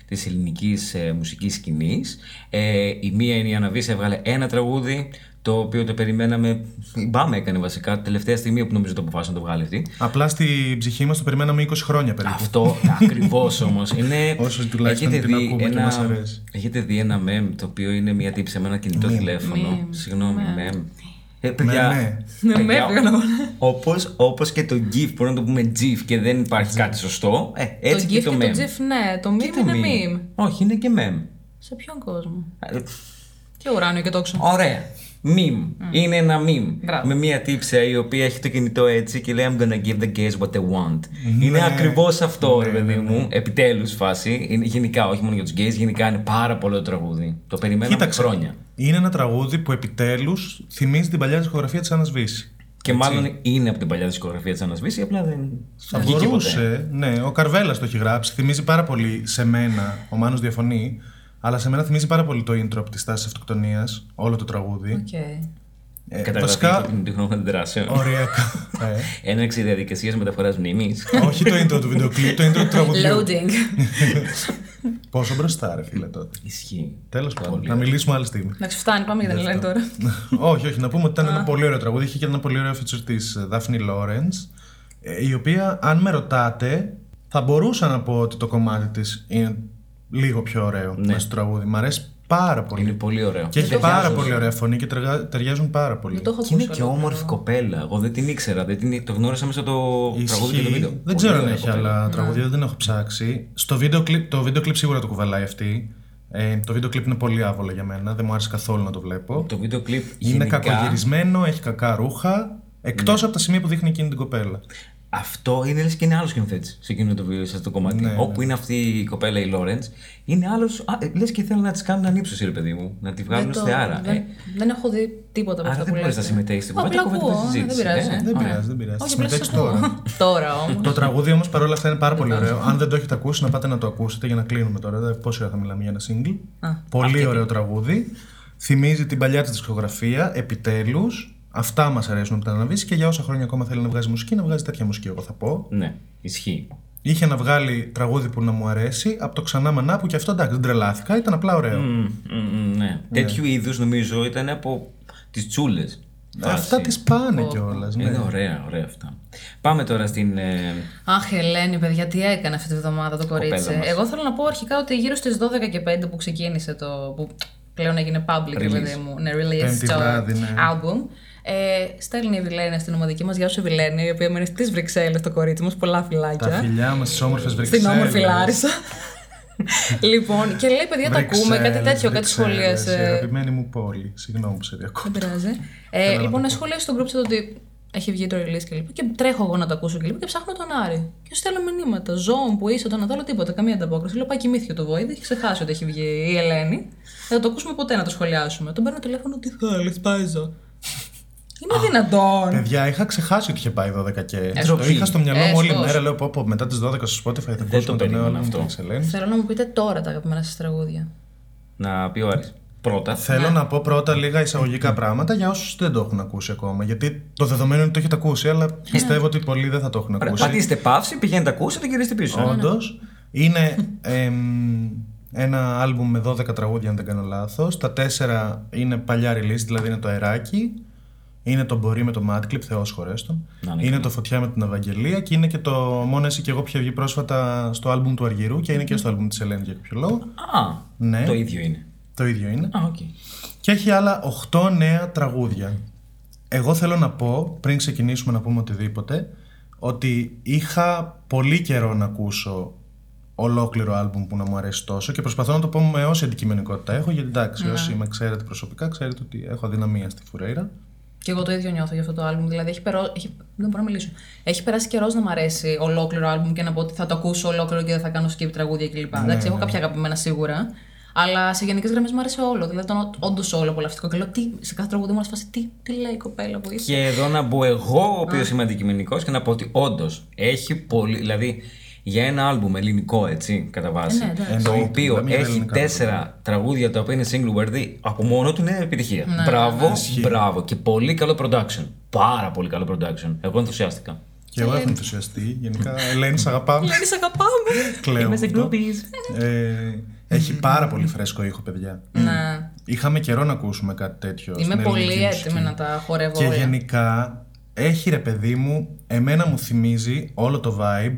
τη ελληνικής ε, μουσικής σκηνής. Ε, η μία είναι η Αναβίση, έβγαλε ένα τραγούδι το οποίο το περιμέναμε. Η Μπάμε έκανε βασικά, τελευταία στιγμή που νομίζω το αποφάσισε να το βγάλει αυτή. Απλά στην ψυχή μας το περιμέναμε 20 χρόνια περίπου. Αυτό ακριβώς όμως. Είναι. Όσο τουλάχιστον έχετε την δει ακούμε και μας αρέσει. Έχετε δει ένα meme το οποίο είναι μια τύψη με ένα κινητό τηλέφωνο. Συγγνώμη, meme. Ε, παιδιά, <laughs> ναι. Ναι, meme έκανα εγώ. όπως, όπως και το GIF, μπορούμε να το πούμε GIF και δεν υπάρχει κάτι σωστό. Ε, Το έτσι GIF και και το το meme. GIF, ναι. Το Και meme το είναι meme. Όχι, είναι και meme. Σε ποιον κόσμο. Ε, Και ουράνιο και τόξο. Ωραία. Meme. Είναι ένα meme. Mm. Μπράβο. Με μια τύψα η οποία έχει το κινητό έτσι και λέει I'm gonna give the guys what they want. Ναι. Είναι ακριβώς αυτό, ρε παιδί μου. Επιτέλους φάση. Είναι γενικά, όχι μόνο για τους gays, γενικά είναι πάρα πολύ τραγούδι. Το περιμέναμε Κοίταξε. χρόνια. Είναι ένα τραγούδι που επιτέλους θυμίζει την παλιά δισκογραφία της Άννας Βύσης. Και μάλλον είναι από την παλιά δισκογραφία της Ανασβήση, απλά δεν. Θα βγήκε ποτέ. μπορούσε, ναι, ο Καρβέλας το έχει γράψει. Θυμίζει πάρα πολύ σε μένα, ο Μάνος διαφωνεί, αλλά σε μένα θυμίζει πάρα πολύ το intro από τη τάση αυτοκτονίας, όλο το τραγούδι. Οκ. Ε, Καταγραφή βασικά, του κινητού χρόνου αντιδράσεων. οριακά. ε, Έναρξη διαδικασίας μεταφοράς μνήμης. όχι το intro του βίντεο κλιπ, το intro του τραγουδιού. Loading. Πόσο μπροστά, ρε φίλε τότε. Ισχύει. Τέλος πάντων, να μιλήσουμε άλλη στιγμή. Εντάξει, φτάνει, πάμε για την Ελένη τώρα. όχι, όχι, να πούμε ότι ήταν ένα πολύ ωραίο τραγούδι. Είχε και ένα πολύ ωραίο feature ε, τη Δάφνη Λόρεν, ε, η οποία, αν με ρωτάτε, θα μπορούσα να πω ότι το κομμάτι της είναι λίγο πιο ωραίο μέσα στο τραγούδι. Μ' αρέσει πάρα πολύ. Ναι. Είναι πολύ ωραίο. Και έχει Ταιριάζει πάρα αυτό. πολύ ωραία φωνή και ταιριάζουν- ταιριάζουν πάρα πολύ. Δεν το έχω Και είναι ακούσει. και όλο. όμορφη κοπέλα. Εγώ δεν την ήξερα. Δεν την... Το γνώρισα μέσα το τραγούδι και το βίντεο. Δεν Πολύ ξέρω αν ωραία έχει κοπέλα. Ναι. άλλα τραγούδια, δεν έχω ψάξει. Στο βίντεο κλιπ, το βίντεο κλιπ σίγουρα το κουβαλάει αυτή. Ε, το βίντεο κλιπ είναι πολύ άβολο για μένα, δεν μου άρεσε καθόλου να το βλέπω. Το βίντεο κλιπ Είναι γενικά, Ναι. κακογυρισμένο, έχει κακά ρούχα. Εκτός από τα σημεία που δείχνει εκείνη την κοπέλα. Αυτό είναι λες και είναι άλλος σκηνοθέτης σε εκείνο το βίντεο, σε αυτό το κομμάτι. Ναι, Όπου είναι αυτή η κοπέλα η Λόρεντ, είναι άλλος. Λες και θέλουν να της κάνουν ανύψωση, ρε παιδί μου. Να τη βγάλουν Δεν το- θεάρα. Δεν, δεν έχω δει τίποτα από ε. άρα αυτά δεν που μπορείς λέτε. να συμμετέχεις στην κουβέντα, Απλά κουβέντα ακούω, δεν ναι, συζητήσεις, πειράζει. ε. Δεν Ωραία. πειράζει, δεν πειράζει. Όχι, απλά Συμμετέχεις σας ακούω. τώρα. Τώρα <laughs> όμως. Το τραγούδι όμως παρόλα αυτά είναι πάρα πολύ ωραίο. Αν δεν το έχετε ακούσει, να πάτε να το ακούσετε για να κλείνουμε τώρα. Δηλαδή, Πόση ώρα θα μιλάμε για ένα single. Πολύ ωραίο τραγούδι. Θυμίζει την παλιά της δισκογραφία, επιτέλους. Αυτά μας αρέσουν από τα αναβίση και για όσα χρόνια ακόμα θέλει να βγάζει μουσική, να βγάζει τέτοια μουσική, εγώ θα πω. Ναι, ισχύει. Είχε να βγάλει τραγούδι που να μου αρέσει από το ξανά μανά που και αυτό εντάξει δεν τρελάθηκα, ήταν απλά ωραίο. Μμμ, μμμ, ναι. Τέτοιου είδους νομίζω ήταν από τις τσούλες. Αυτά τις πάνε κιόλα. Ναι. Είναι ωραία, ωραία αυτά. Πάμε τώρα στην. ε, Αχ, Ελένη, παιδιά, τι έκανε αυτή τη βδομάδα το κορίτσι. Κοπέλα μας. Εγώ θέλω να πω αρχικά ότι γύρω στις 12 και 5 που ξεκίνησε το. που πλέον έγινε public, Release. δηλαδή μου. Ναι, release Πέμπτη το βράδυ, ναι. album. Ε, στέλνει η Βιλένη στην ομαδική μας. Γεια σου, Βιλένη, η οποία μένει στις Βρυξέλλες το κορίτσι μας. Πολλά Τα φυλάκια. φιλιά μας στι όμορφε Βρυξέλλε. Στην όμορφη Λάρισα. <laughs> λοιπόν, και λέει, παιδιά, τα ακούμε, κάτι τέτοιο, κάτι ε, Η σχολίασε. αγαπημένη μου πόλη. Συγγνώμη που σε διακόπτω. Δεν πειράζει. Ε, λοιπόν, σχολίασε στον group chat ότι έχει βγει το release και λοιπά. Και τρέχω εγώ να το ακούσω και λοιπά και ψάχνω τον Άρη. Και στέλνω μηνύματα. Ζώων που είσαι, τον Αντάλο, τίποτα. Καμία ανταπόκριση. Λέω πάει κοιμήθηκε το Void, έχει ξεχάσει ότι έχει βγει η Ελένη. Δεν θα το ακούσουμε ποτέ να το σχολιάσουμε. Τον παίρνω τηλέφωνο, τι θέλεις, παίζω. Είναι δυνατόν. Παιδιά, είχα ξεχάσει ότι είχε πάει 12 και. Ε, το ντροπή. είχα στο μυαλό μου όλη Έστω. μέρα. Λέω πω, πω μετά τις 12 στο Spotify θα ακούσουμε το νέο περίμενα album αυτό. του Εξελέν. Θέλω να μου πείτε τώρα τα αγαπημένα σας τραγούδια. Να πει ο Άρης. Πρώτα. Θέλω να πω πρώτα λίγα Mm. εισαγωγικά πράγματα για όσους δεν το έχουν ακούσει ακόμα. Γιατί το δεδομένο είναι ότι το έχετε ακούσει, αλλά Ναι. πιστεύω ότι πολλοί δεν θα το έχουν Ωραία, ακούσει. Ναι, Πατήστε παύση, πηγαίνετε ακούσετε και γυρίστε πίσω. Όντως, είναι εμ, ένα άλμπουμ με 12 τραγούδια, αν δεν κάνω λάθος. Τα τέσσερα είναι παλιά release, δηλαδή είναι το αεράκι. Είναι το Μπορεί με το Madclip, Θεός χωρέστον. Να είναι είναι καλά. το Φωτιά με την Ευαγγελία και είναι και το Μόνο εσύ και εγώ που είχε βγει πρόσφατα στο άλμπουμ του Αργυρού και είναι και στο άλμπουμ της Ελένης για κάποιο λόγο. Α, Ναι. το ίδιο είναι. Το ίδιο είναι. Α, οκ. Και έχει άλλα 8 νέα τραγούδια. Εγώ θέλω να πω, πριν ξεκινήσουμε να πούμε οτιδήποτε, ότι είχα πολύ καιρό να ακούσω ολόκληρο άλμπουμ που να μου αρέσει τόσο και προσπαθώ να το πω με όση αντικειμενικότητα έχω, γιατί εντάξει, Ναι. όσοι με ξέρετε προσωπικά, ξέρετε ότι έχω αδυναμία στη φουρέιρα. Και εγώ το ίδιο νιώθω για αυτό το album. Δηλαδή, έχει περό... έχει... δεν μπορώ να μιλήσω. Έχει περάσει καιρός να μ' αρέσει ολόκληρο album και να πω ότι θα το ακούσω ολόκληρο και δεν θα κάνω skip τραγούδια Ναι, κλπ. Εντάξει, έχω κάποια αγαπημένα σίγουρα. Αλλά σε γενικές γραμμές μου άρεσε όλο. Δηλαδή, ήταν όντως όλο απολαυστικό. Και λέω, τι, σε κάθε τραγούδι μου άρεσε φάση, τι, τι λέει η κοπέλα που είσαι. Και εδώ να μπω εγώ, ο οποίος είμαι αντικειμενικός, και να πω ότι όντως έχει πολύ. Δηλαδή, για ένα άλμπουμ ελληνικό, έτσι, κατά βάση. Ε, ναι, εντάξει. το Εννοείται, οποίο μιλάμε για έχει ελληνικά τέσσερα τραγούδια τα οποία είναι single worthy, από μόνο του είναι επιτυχία. Ναι, μπράβο, μπράβο. Και πολύ καλό production. Πάρα πολύ καλό production. Εγώ ενθουσιάστηκα. Και εγώ έχω ενθουσιαστεί. Γενικά, Ελένη, σ' αγαπάμε. Ελένη, σε αγαπάμε. Κλαίω. Είμαστε Ε, έχει πάρα πολύ φρέσκο ήχο, παιδιά. Ναι. Είχαμε καιρό να ακούσουμε κάτι τέτοιο. Είμαι στην πολύ ελληνική μουσική. έτοιμη να τα χορεύω. Και όλα. γενικά έχει ρε παιδί μου, εμένα μου θυμίζει όλο το vibe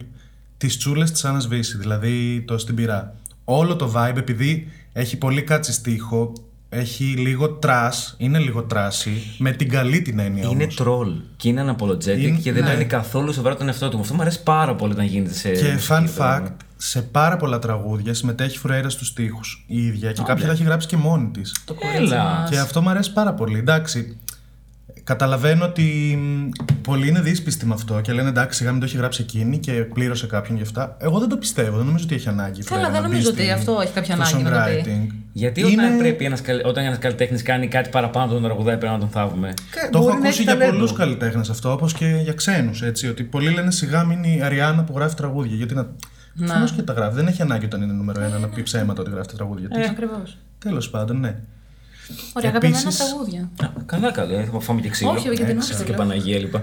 τις τσούλες της Άννας Βύση, δηλαδή το στην πυρά. Όλο το vibe επειδή έχει πολύ κάτσι στίχο, έχει λίγο τρας, είναι λίγο τράσι, με την καλή την έννοια Είναι όμως. τρόλ και είναι unapologetic Είναι- και δεν ναι. παίρνει καθόλου σοβαρά τον εαυτό του. Αυτό μου αρέσει πάρα πολύ όταν γίνεται σε. Και μουσική, fun το fact, πράγμα. σε πάρα πολλά τραγούδια συμμετέχει Φουρέιρα στους στίχους η ίδια και κάποια τα έχει γράψει και μόνη της. Έλα. Και αυτό μου αρέσει πάρα πολύ. Εντάξει. Καταλαβαίνω ότι μ, πολλοί είναι δύσπιστοι με αυτό και λένε εντάξει, σιγά μην το έχει γράψει εκείνη και πλήρωσε κάποιον γι' αυτά. Εγώ δεν το πιστεύω, δεν νομίζω ότι έχει ανάγκη. η Καλά, Φρέιρα δεν να μπει νομίζω στη- ότι αυτό έχει κάποια στο ανάγκη να το πει. songwriting. Γιατί Είναι- όταν, πρέπει ένας, καλ- όταν ένας καλλιτέχνης κάνει κάτι παραπάνω από τον τραγουδάει, πρέπει να τον θάβουμε. Το έχω Μπορεί να ακούσει έχει για ταλέντο. πολλούς καλλιτέχνες αυτό, όπως και για ξένους. Ότι πολλοί λένε σιγά μην η Αριάννα που γράφει τραγούδια. Γιατί να. Προφανώ και τα γράφει. Δεν έχει ανάγκη όταν είναι νούμερο ένα να πει ψέματα ότι γράφει τα τραγούδια Ε, τη. Ακριβώς. Τέλος πάντων, ναι. Ωραία, αγαπημένα Επίσης- τραγούδια. Α, Καλά, καλά. ε, Θα φάμε και ξύλο. Όχι, γιατί δεν Χριστός και άκουσα. Παναγία, <laughs> λοιπόν.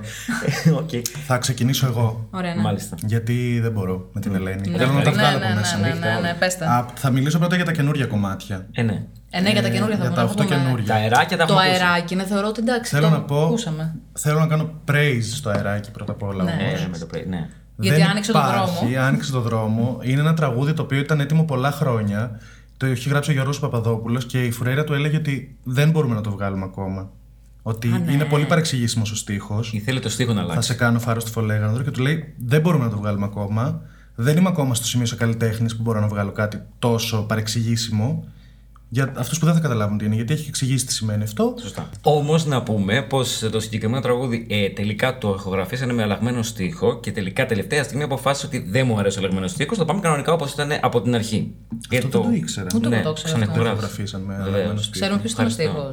Οκ. Θα ξεκινήσω εγώ. Ωραία, ναι. Μάλιστα. Γιατί δεν μπορώ με την Ελένη. Ναι, Θέλω να τα ναι, βγάλω ναι, από μέσα ναι, μου. ναι, ναι, ναι, πες τα. Α, θα μιλήσω πρώτα για τα καινούργια κομμάτια. Ε, ναι. Ε, ναι, για τα καινούργια θα για μπορούμε τα να οχτώ πούμε. Τα καινούργια. αεράκια τα Το έχουμε ακούσει. αεράκι, ναι, θεωρώ ότι εντάξει. Θέλω το να πω. Ακούσαμε. Θέλω να κάνω praise στο αεράκι πρώτα απ' όλα. Ναι. όμως. Ε, με το πρωί, ναι. Γιατί Δεν άνοιξε τον υπάρχει, δρόμο. Άνοιξε τον δρόμο. Είναι ένα τραγούδι το οποίο ήταν έτοιμο πολλά χρόνια. Το έχει γράψει ο Γιώργος Παπαδόπουλος και η Φουρέιρα του έλεγε ότι δεν μπορούμε να το βγάλουμε ακόμα. Ότι ναι. είναι πολύ παρεξηγήσιμος ο στίχος. Ήθελε το στίχο να θα αλλάξει. σε κάνω φάρος του φολέγανδρο και του λέει: Δεν μπορούμε να το βγάλουμε ακόμα. Δεν είμαι ακόμα στο σημείο σε καλλιτέχνης που μπορώ να βγάλω κάτι τόσο παρεξηγήσιμο. Για αυτούς που δεν θα καταλάβουν τι είναι, γιατί έχει εξηγήσει τι σημαίνει αυτό. Σωστά. Όμως να πούμε πως το συγκεκριμένο τραγούδι ε, τελικά το ηχογραφήσανε με αλλαγμένο στίχο και τελικά τελευταία στιγμή αποφάσισε ότι δεν μου αρέσει ο αλλαγμένος στίχος. Θα πάμε κανονικά όπως ήταν από την αρχή. Αυτό δεν το ήξερα. Ούτε εγώ ναι, το ήξερα αυτό. ξαναεχογράφησε. Γραφήσαν με Βεβαίως. αλλαγμένος στίχος. Ξέρουμε ποιος ήταν ο Ευχαριστώ. στίχος.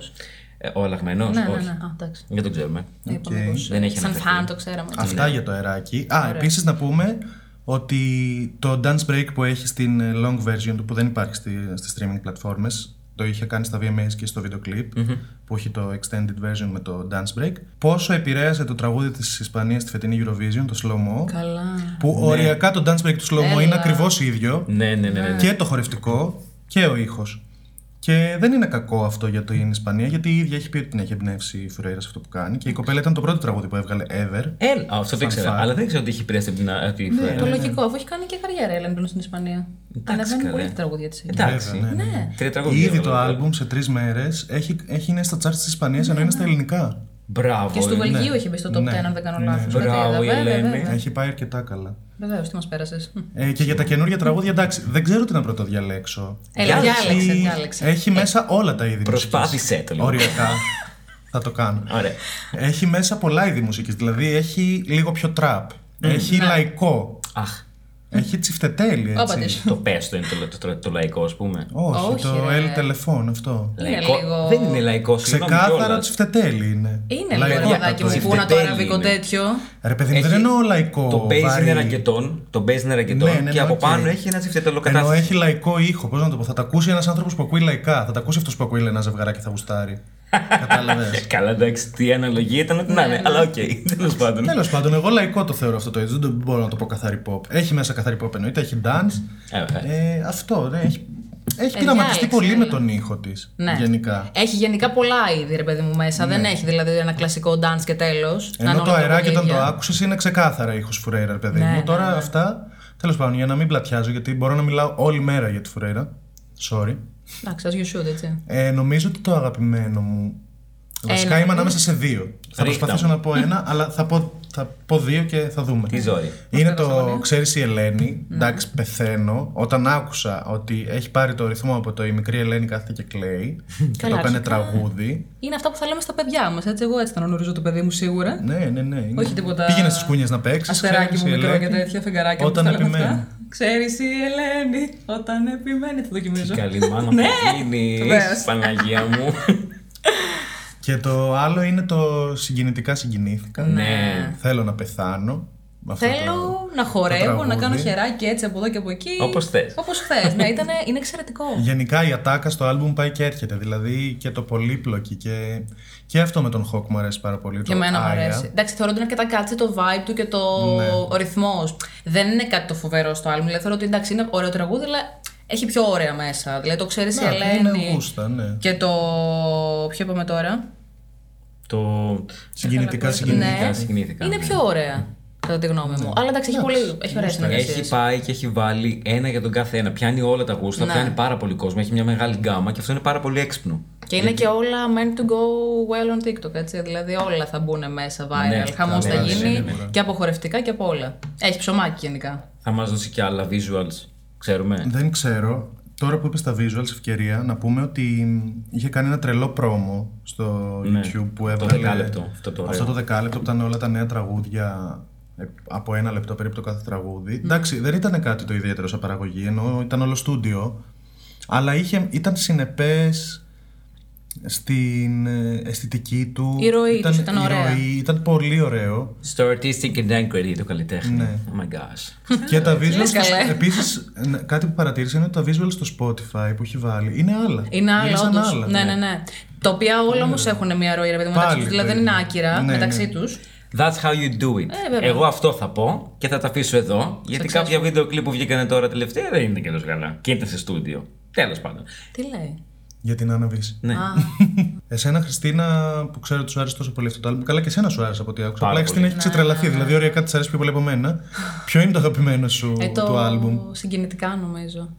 Ε, ο αλλαγμένος, Ναι, ναι, όχι. ναι. Α, εντάξει. Δεν το ξέρουμε. Ε, είπαμε πως- Δεν έχει Σαν αναφερθεί. φαν το ξέραμε. Αυτά για το αεράκι. Α, επίσης να πούμε ότι το dance break που έχει στην ε, long version του που δεν υπάρχει στι streaming platforms το είχε κάνει στα VMAs και στο video clip που έχει το extended version με το dance break πόσο επηρέασε το τραγούδι της Ισπανίας στη φετινή Eurovision, το Slow Mo Καλά. που οριακά το dance break του Slow Mo είναι ακριβώς ίδιο Ναι, ναι, ναι. ναι, ναι. και το χορευτικό και ο ήχος και δεν είναι κακό αυτό για την Ισπανία, γιατί η ίδια έχει πει ότι την έχει εμπνεύσει η Φουρέιρα σε αυτό που κάνει. Και η κοπέλα ήταν το πρώτο τραγούδι που έβγαλε ever. Ελ, Ε, α, αυτό το ήξερα. fact. Αλλά δεν ήξερα ότι έχει επηρεάσει την α, τη Ναι, Το φέρα. λογικό, αφού έχει κάνει και καριέρα η Ellen Blum στην Ισπανία. Ανεβαίνει ναι. καλέ. πολύ τα τραγούδια της. Εντάξει. Βέβαια, ναι, ναι. Ε, Τρία τραγούδια. Ήδη το βέβαια. άλμπουμ σε τρεις μέρες έχει, έχει είναι στα charts της Ισπανίας ενώ Ναι, είναι στα ελληνικά. Μπράβο. Και στο ε, Βελγίο έχει μπει στο top 10, Ναι. αν δεν κάνω Ναι. λάθος. Μπράβο, η Ελένη. Ναι. Έχει πάει αρκετά καλά. Βεβαίως, τι μας πέρασες. Ε, και για τα καινούργια τραγούδια, εντάξει, δεν ξέρω τι να πρωτοδιαλέξω. Έλα, Διάλεξε. διάλεξε, Έχει- διάλεξε. Ε, Έχει μέσα όλα τα είδη Προσπάθησέ μουσικής. το λίγο. Οριακά. θα το κάνω. Ωραία. Έχει μέσα πολλά είδη μουσικής, δηλαδή έχει λίγο πιο τραπ. Ναι. Έχει λαϊκό. Αχ, Έχει τσιφτετέλη, Όπα έτσι. της. το πες το είναι το, το, το, το λαϊκό, ας πούμε. Όχι, Όχι, το ρε. El Telefon αυτό. Είναι λίγο- Δεν είναι λαϊκό, συγγνώμη Ξεκάθαρα κιόλας. τσιφτετέλη είναι. Είναι Λαϊκότατο λίγο ρεβιαδάκι μου που να το Τσιφτετέλη αραβικό είναι. τέτοιο. Ρε παιδί μου, Έχει- δεν εννοώ λαϊκό. Το παίζει είναι βαρύ. ρακετόν, το παίζει είναι ρακετόν Ναι, ναι, ναι, και από οκ. πάνω έχει ένα Ε, τσιφτετελό Ενώ κατάστημα. έχει λαϊκό ήχο, πώς να το πω. Θα τα ακούσει ένας άνθρωπος που ακούει λαϊκά. Θα τα ακούσει αυτός που ακούει ένα ζευγαράκι θα <laughs> γουστάρει. Κατάλαβες. Καλά, εντάξει, τι αναλογία ήταν ότι να Ναι, είναι, αλλά οκ, τέλος πάντων. Τέλος πάντων, εγώ λαϊκό το θεωρώ αυτό το είδο. Δεν το- μπορώ να το πω καθαρή pop. Έχει μέσα καθαρή pop εννοείται, έχει dance. Ε, ε. Ε, αυτό, ναι, έχει Έχει Ε, πειραματιστεί διάλεξε, πολύ με αλλά. τον ήχο της. Ναι. Γενικά. Ναι. Έχει γενικά πολλά είδη, ρε παιδί μου, μέσα. Δεν έχει δηλαδή ένα κλασικό dance και τέλος. Ενώ το αεράκι όταν το άκουσες είναι ξεκάθαρα ήχος Φουρέιρα, ρε παιδί Ναι, μου. ναι, Τώρα ναι. αυτά. Τέλος πάντων, για να μην πλατιάζω, γιατί μπορώ να μιλάω όλη μέρα για τη Φουρέιρα. Sorry. Εντάξει, as you should, έτσι. Ε, νομίζω ότι το αγαπημένο μου. Βασικά ναι. είμαι ανάμεσα σε δύο. Ρίχτα Θα προσπαθήσω μου. να πω ένα, αλλά θα πω, θα πω δύο και θα δούμε. Τι ζόρι. Είναι Αυτά τα το ζόρια. ξέρεις η Ελένη. Ναι. Εντάξει, πεθαίνω. Όταν άκουσα ότι έχει πάρει το ρυθμό από το η μικρή Ελένη κάθεται και <laughs> κλαίει. και Καλά, το παίρνει αρχικά. τραγούδι. Είναι αυτά που θα λέμε στα παιδιά μας, έτσι. Εγώ έτσι θα γνωρίζω το παιδί μου σίγουρα. Ναι, ναι, ναι. είναι- Όχι τίποτα. Πήγαινε στις κούνιε να παίξεις. Αστεράκι μου μικρό και τέτοια, φεγγαράκια Όταν που τα λέμε επιμένει. αυτά. Ξέρεις η Ελένη, όταν επιμένει, θα δοκιμίζω. Καλή μάνα μου γίνει. Ναι. Βεβαίως. Παναγία μου. Και το άλλο είναι το συγκινητικά συγκινήθηκα. Ναι. Θέλω να πεθάνω. Αυτό το- Θέλω να χορεύω, να τραγούδι. κάνω χεράκι έτσι από εδώ και από εκεί. Όπως θες. Όπως θες. ναι, ήταν, είναι <laughs> εξαιρετικό. Γενικά η ατάκα στο άλμπουμ πάει και έρχεται. Δηλαδή και το πολύπλοκη και, και αυτό με τον Χοκ μου αρέσει πάρα πολύ. Και το εμένα μου Άρια. αρέσει. Εντάξει, θεωρώ ότι είναι αρκετά κάτσι το vibe του και το ο Ναι. ρυθμός. Δεν είναι κάτι το φοβερό στο album. Δηλαδή θεωρώ ότι εντάξει είναι ωραίο τραγούδι, αλλά έχει πιο ωραία μέσα. Δηλαδή το ξέρεις η Ναι, Ελένη. Είναι γούστα, ναι. Και το. Ποιο είπαμε τώρα. Το. Ναι. Συγκινητικά συγκινήθηκα. Συγκινήθηκα, συγκινήθηκα. Ε, Είναι ναι. πιο ωραία, κατά τη γνώμη μου. Αλλά εντάξει, έχει, πολύ, έχει ωραίε Ε, Έχει συνεργασίες. πάει και έχει βάλει ένα για τον κάθε ένα. Πιάνει όλα τα γούστα, Ναι. πιάνει πάρα πολύ κόσμο, έχει μια μεγάλη γκάμα και αυτό είναι πάρα πολύ έξυπνο. Και είναι και όλα meant to go well on TikTok, έτσι. Δηλαδή όλα θα μπουν μέσα viral. Ναι, Χαμός θα καλά, ναι, γίνει ναι, ναι. και από χορευτικά και από όλα. Έχεις ψωμάκι γενικά. Θα μας δώσει και άλλα visuals, ξέρουμε. Δεν ξέρω. Τώρα που είπες τα visuals, ευκαιρία να πούμε ότι είχε κάνει ένα τρελό πρόμο στο Ναι, YouTube που το έβαλε. δεκάλεπτο, αυτό το ωραίο. Αυτό το δεκάλεπτο που ήταν όλα τα νέα τραγούδια ε, από ένα λεπτό περίπου το κάθε τραγούδι. Εντάξει, δεν ήταν κάτι το ιδιαίτερο σαν παραγωγή, ενώ ήταν όλο στούντιο. Αλλά είχε, ήταν συνεπές στην ε, αισθητική του. Η ροή τους ήταν η ωραία. ροή, ήταν πολύ ωραίο. Στο artistic integrity του καλλιτέχνη. Ναι. Oh my gosh. Και τα visuals. καλέ. Επίσης, κάτι που παρατήρησα είναι ότι τα visuals στο Spotify που έχει βάλει είναι άλλα. Είναι άλλα, Γύρισαν όντως. άλλα. Ναι, ναι, ναι. Τα οποία όλα όμω έχουν μια ροή, ρε παιδί μου, Πάλι μεταξύ τους. Δηλαδή δεν είναι το ίδιο. άκυρα Ναι, ναι. μεταξύ τους. That's how you do it. Ε, βέβαια. Εγώ αυτό θα πω και θα τα αφήσω εδώ. γιατί κάποια βίντεο κλιπ που βγήκανε τώρα τελευταία δεν είναι και τόσο καλά. Και ήταν σε στούντιο. Τέλος πάντων. Τι λέει. Για την Άναβη. Ναι. <laughs> Εσένα, Χριστίνα, που ξέρω ότι σου άρεσε τόσο πολύ αυτό το album, καλά και εσένα σου άρεσε από ό,τι άκουσα. Πάρα Απλά πολύ. την έχεις Ναι, ξετρελαθεί. Δηλαδή, οριακά της αρέσει πιο πολύ από <laughs> μένα. Ποιο είναι το αγαπημένο σου Ε, το του album. συγκινητικά νομίζω.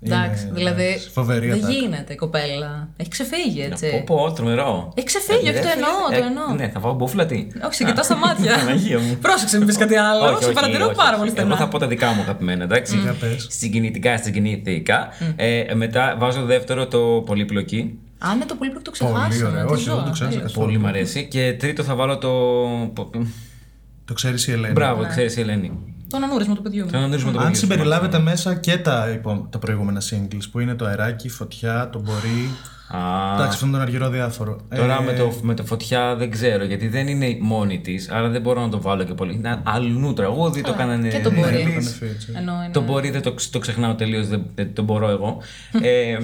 Είναι, Εντάξει, δηλαδή. εντάξει, φοβερή δεν ατάκα. γίνεται η κοπέλα. Έχει ξεφύγει, Πω, έτσι. πω, τρομερό. Έχει ξεφύγει, όχι το εννοώ, Ε, το εννοώ. Ναι, θα πάω μπουφλα τι. Όχι, σε κοιτά στα <laughs> μάτια. Παναγία μου. Πρόσεξε, μην πεις κάτι άλλο. Σε παρατηρώ πάρα πολύ Εγώ θα στενά. πω τα δικά μου αγαπημένα, εντάξει. Για πες. Συγκινητικά, συγκινήθηκα. Ε, μετά βάζω δεύτερο το πολύπλοκη. Α, ναι, το πολύ το Πολύ ξεχάσαμε. ωραίο. τι Όχι, ζώα, δεν το ξέρω τέλος. Πολύ καθόλου. μ' αρέσει. Και τρίτο θα βάλω το. Το ξέρεις η Ελένη. Μπράβο, ξέρεις η Ελένη. Τον ανούρισμα του παιδιού Θέλω να μου. γνωρίζουμε το Αν παιδί σου. συμπεριλάβετε μέσα και τα, υπο- τα προηγούμενα singles που είναι το αεράκι, η φωτιά, το μπορεί. Α, Εντάξει, αυτό είναι τον αργυρό διάφορο. Τώρα Ε, με, το, με το φωτιά δεν ξέρω γιατί δεν είναι η μόνη της, άρα δεν μπορώ να το βάλω και πολύ. Είναι αλλού τραγούδι, το κάνανε. και το οι μπορεί. ήταν Ρίλης. feature. Ενώ είναι. Το μπορεί, δεν το, ξ- το ξεχνάω τελείως, δεν, δεν το μπορώ <laughs> εγώ. Ε,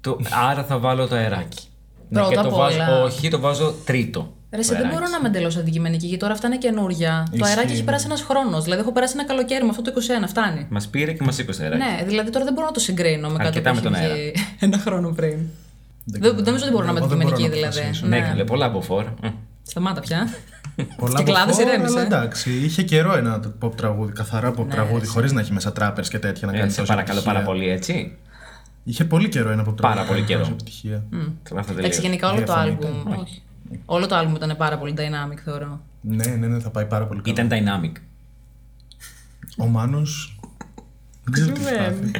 το, άρα θα βάλω το αεράκι. Ναι, Πρώτα και το απ' βάζω, όλα. όχι, το βάζω τρίτο. Ρε, το σε δεν αεράκι. μπορώ να είμαι εντελώς αντικειμενική, γιατί τώρα αυτά είναι καινούρια. Το Ισχύει, αεράκι έχει ναι. περάσει ένας χρόνος. Δηλαδή, έχω περάσει ένα καλοκαίρι με αυτό το 21, φτάνει. Μας πήρε και μας είπε το αεράκι. Ναι, δηλαδή τώρα δεν μπορώ να το συγκρίνω με κάτι που Αρκετά έχει με τον βγει <laughs> ένα χρόνο πριν. Δεν, δεν νομίζω ότι μπορώ να είμαι Εγώ δεν μπορώ αντικειμενική να δηλαδή. αποφασίσω. Ναι, καλέ, πολλά από φόρ. Σταμάτα πια. Πολλά Στην κλάδα από φόρ, ηρέμησε. Ναι, αλλά Εντάξει, είχε καιρό ένα pop τραγούδι, καθαρά pop τραγούδι, χωρί να έχει μέσα τράπερ και τέτοια να κάνει. Ε, σε τόση παρακαλώ επιτυχία. πάρα πολύ, έτσι. Είχε πολύ καιρρο ένα pop τραγούδι. Πάρα να πολύ κάνει καιρό. τόση επιτυχία. Κλάφτα Εντάξει, τελείως. γενικά όλο το Διαφωνείτε. album. Όχι. Όλο το album ήταν πάρα πολύ dynamic, θεωρώ. Ναι, ναι, ναι, θα πάει πάρα πολύ καλά. Ήταν dynamic. Ο Μάνος. Δεν ξέρω τι έχει πάθει.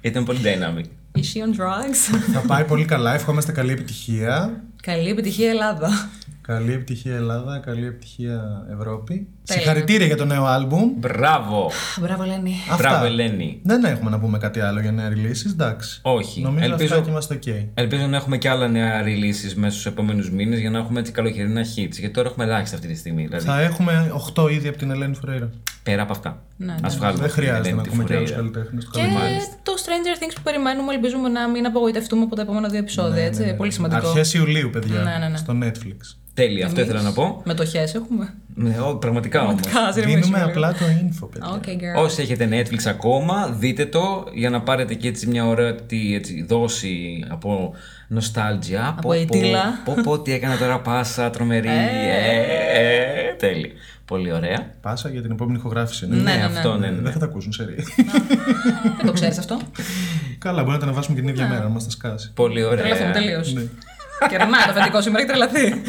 Ήταν πολύ dynamic. Is she on drugs? Θα πάει πολύ καλά. Ευχόμαστε καλή επιτυχία. Καλή επιτυχία, Ελλάδα. Καλή επιτυχία Ελλάδα, καλή επιτυχία Ευρώπη. Τέλεια. Συγχαρητήρια για το νέο άλμπουμ. Μπράβο! Μπράβο, Ελένη. Μπράβο, Αυτά. Ελένη. Δεν έχουμε να πούμε κάτι άλλο για νέα releases, εντάξει. Όχι. Νομίζω Ελπίζω- αυτά και είμαστε ok. Ελπίζω να έχουμε και άλλα νέα releases μέσα στους επόμενους μήνες για να έχουμε έτσι καλοκαιρινά hits. Γιατί τώρα έχουμε ελάχιστα αυτή τη στιγμή. Δηλαδή, Θα έχουμε 8 ήδη από την Ελένη Φουρέιρα. πέρα από αυτά. Ναι, ναι. Ας βγάλουμε Δεν την χρειάζεται Ελένη να τη ακούμε και άλλου Φουρέιρα. καλλιτέχνες. Και το Stranger Things που περιμένουμε, ελπίζουμε να μην απογοητευτούμε από τα επόμενα δύο επεισόδια. έτσι. Πολύ σημαντικό. Αρχές Ιουλίου, παιδιά. Ναι, ναι, ναι. Στο Netflix. Τέλεια, αυτό ήθελα να πω. Μετοχές έχουμε. Ναι, ο- Πραγματικά όμω. Κάτσε, ρε, Δίνουμε μιλήσουμε λίγο. απλά το info, παιδιά. Okay, girl. Όσοι έχετε Netflix ακόμα, δείτε το για να πάρετε και έτσι μια ωραία τη- έτσι, δόση από νοστάλτζια. Από αιτήλα. Πω, πω, τι έκανα τώρα, πάσα, τρομερή. ε, ε, τέλεια. Πολύ ωραία. Πάσα για την επόμενη ηχογράφηση. Ναι. Ναι, ναι, αυτό ναι. ναι. Δεν θα τα ακούσουν σε ρί. Δεν το ξέρεις αυτό. <laughs> Καλά, μπορεί να τα ανεβάσουμε και την Ναι. ίδια μέρα, να μας τα σκάσει. Ναι. Πολύ Τρελαθούμε ωραία. τελείω. Κερνάει το αφεντικό σήμερα έχει τρελαθεί.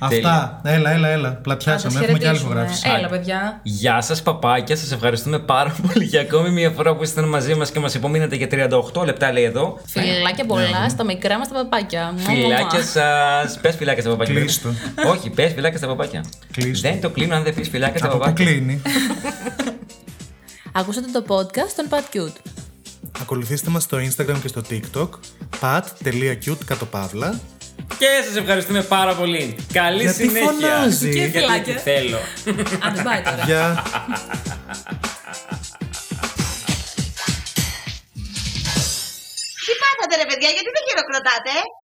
Αυτά. Έλα, έλα, έλα. Ας Πλατιάσαμε. σας Έχουμε και άλλη χαιρετήσουμε. ηχογράφηση. Έλα, παιδιά. Γεια σας παπάκια, σας ευχαριστούμε πάρα <laughs> πολύ για ακόμη μια φορά που ήσασταν μαζί μας και μας υπομείνατε για 38 λεπτά λέει εδώ. Φιλάκια πολλά στα μικρά μας τα παπάκια. Μου, μου, μου. Φιλάκια σας. Πες φιλάκια στα παπάκια. Κλείστο. Όχι, πες φιλάκια στα παπάκια. Κλείστο. Δεν το κλείνω αν δεν πεις φιλάκια στα Από πού παπάκια. κλείνει. Ακούσατε το podcast των Pat Cute. Ακολουθήστε μας στο Instagram και στο TikTok pat.cute κατ' παύλα. Και σας ευχαριστούμε πάρα πολύ. Καλή Γιατί συνέχεια. φωνάζει. Και Γιατί φιλάκια. τη θέλω. Αν δεν πάει τώρα. Γεια. Τι πάθατε ρε παιδιά, γιατί δεν χειροκροτάτε, ε?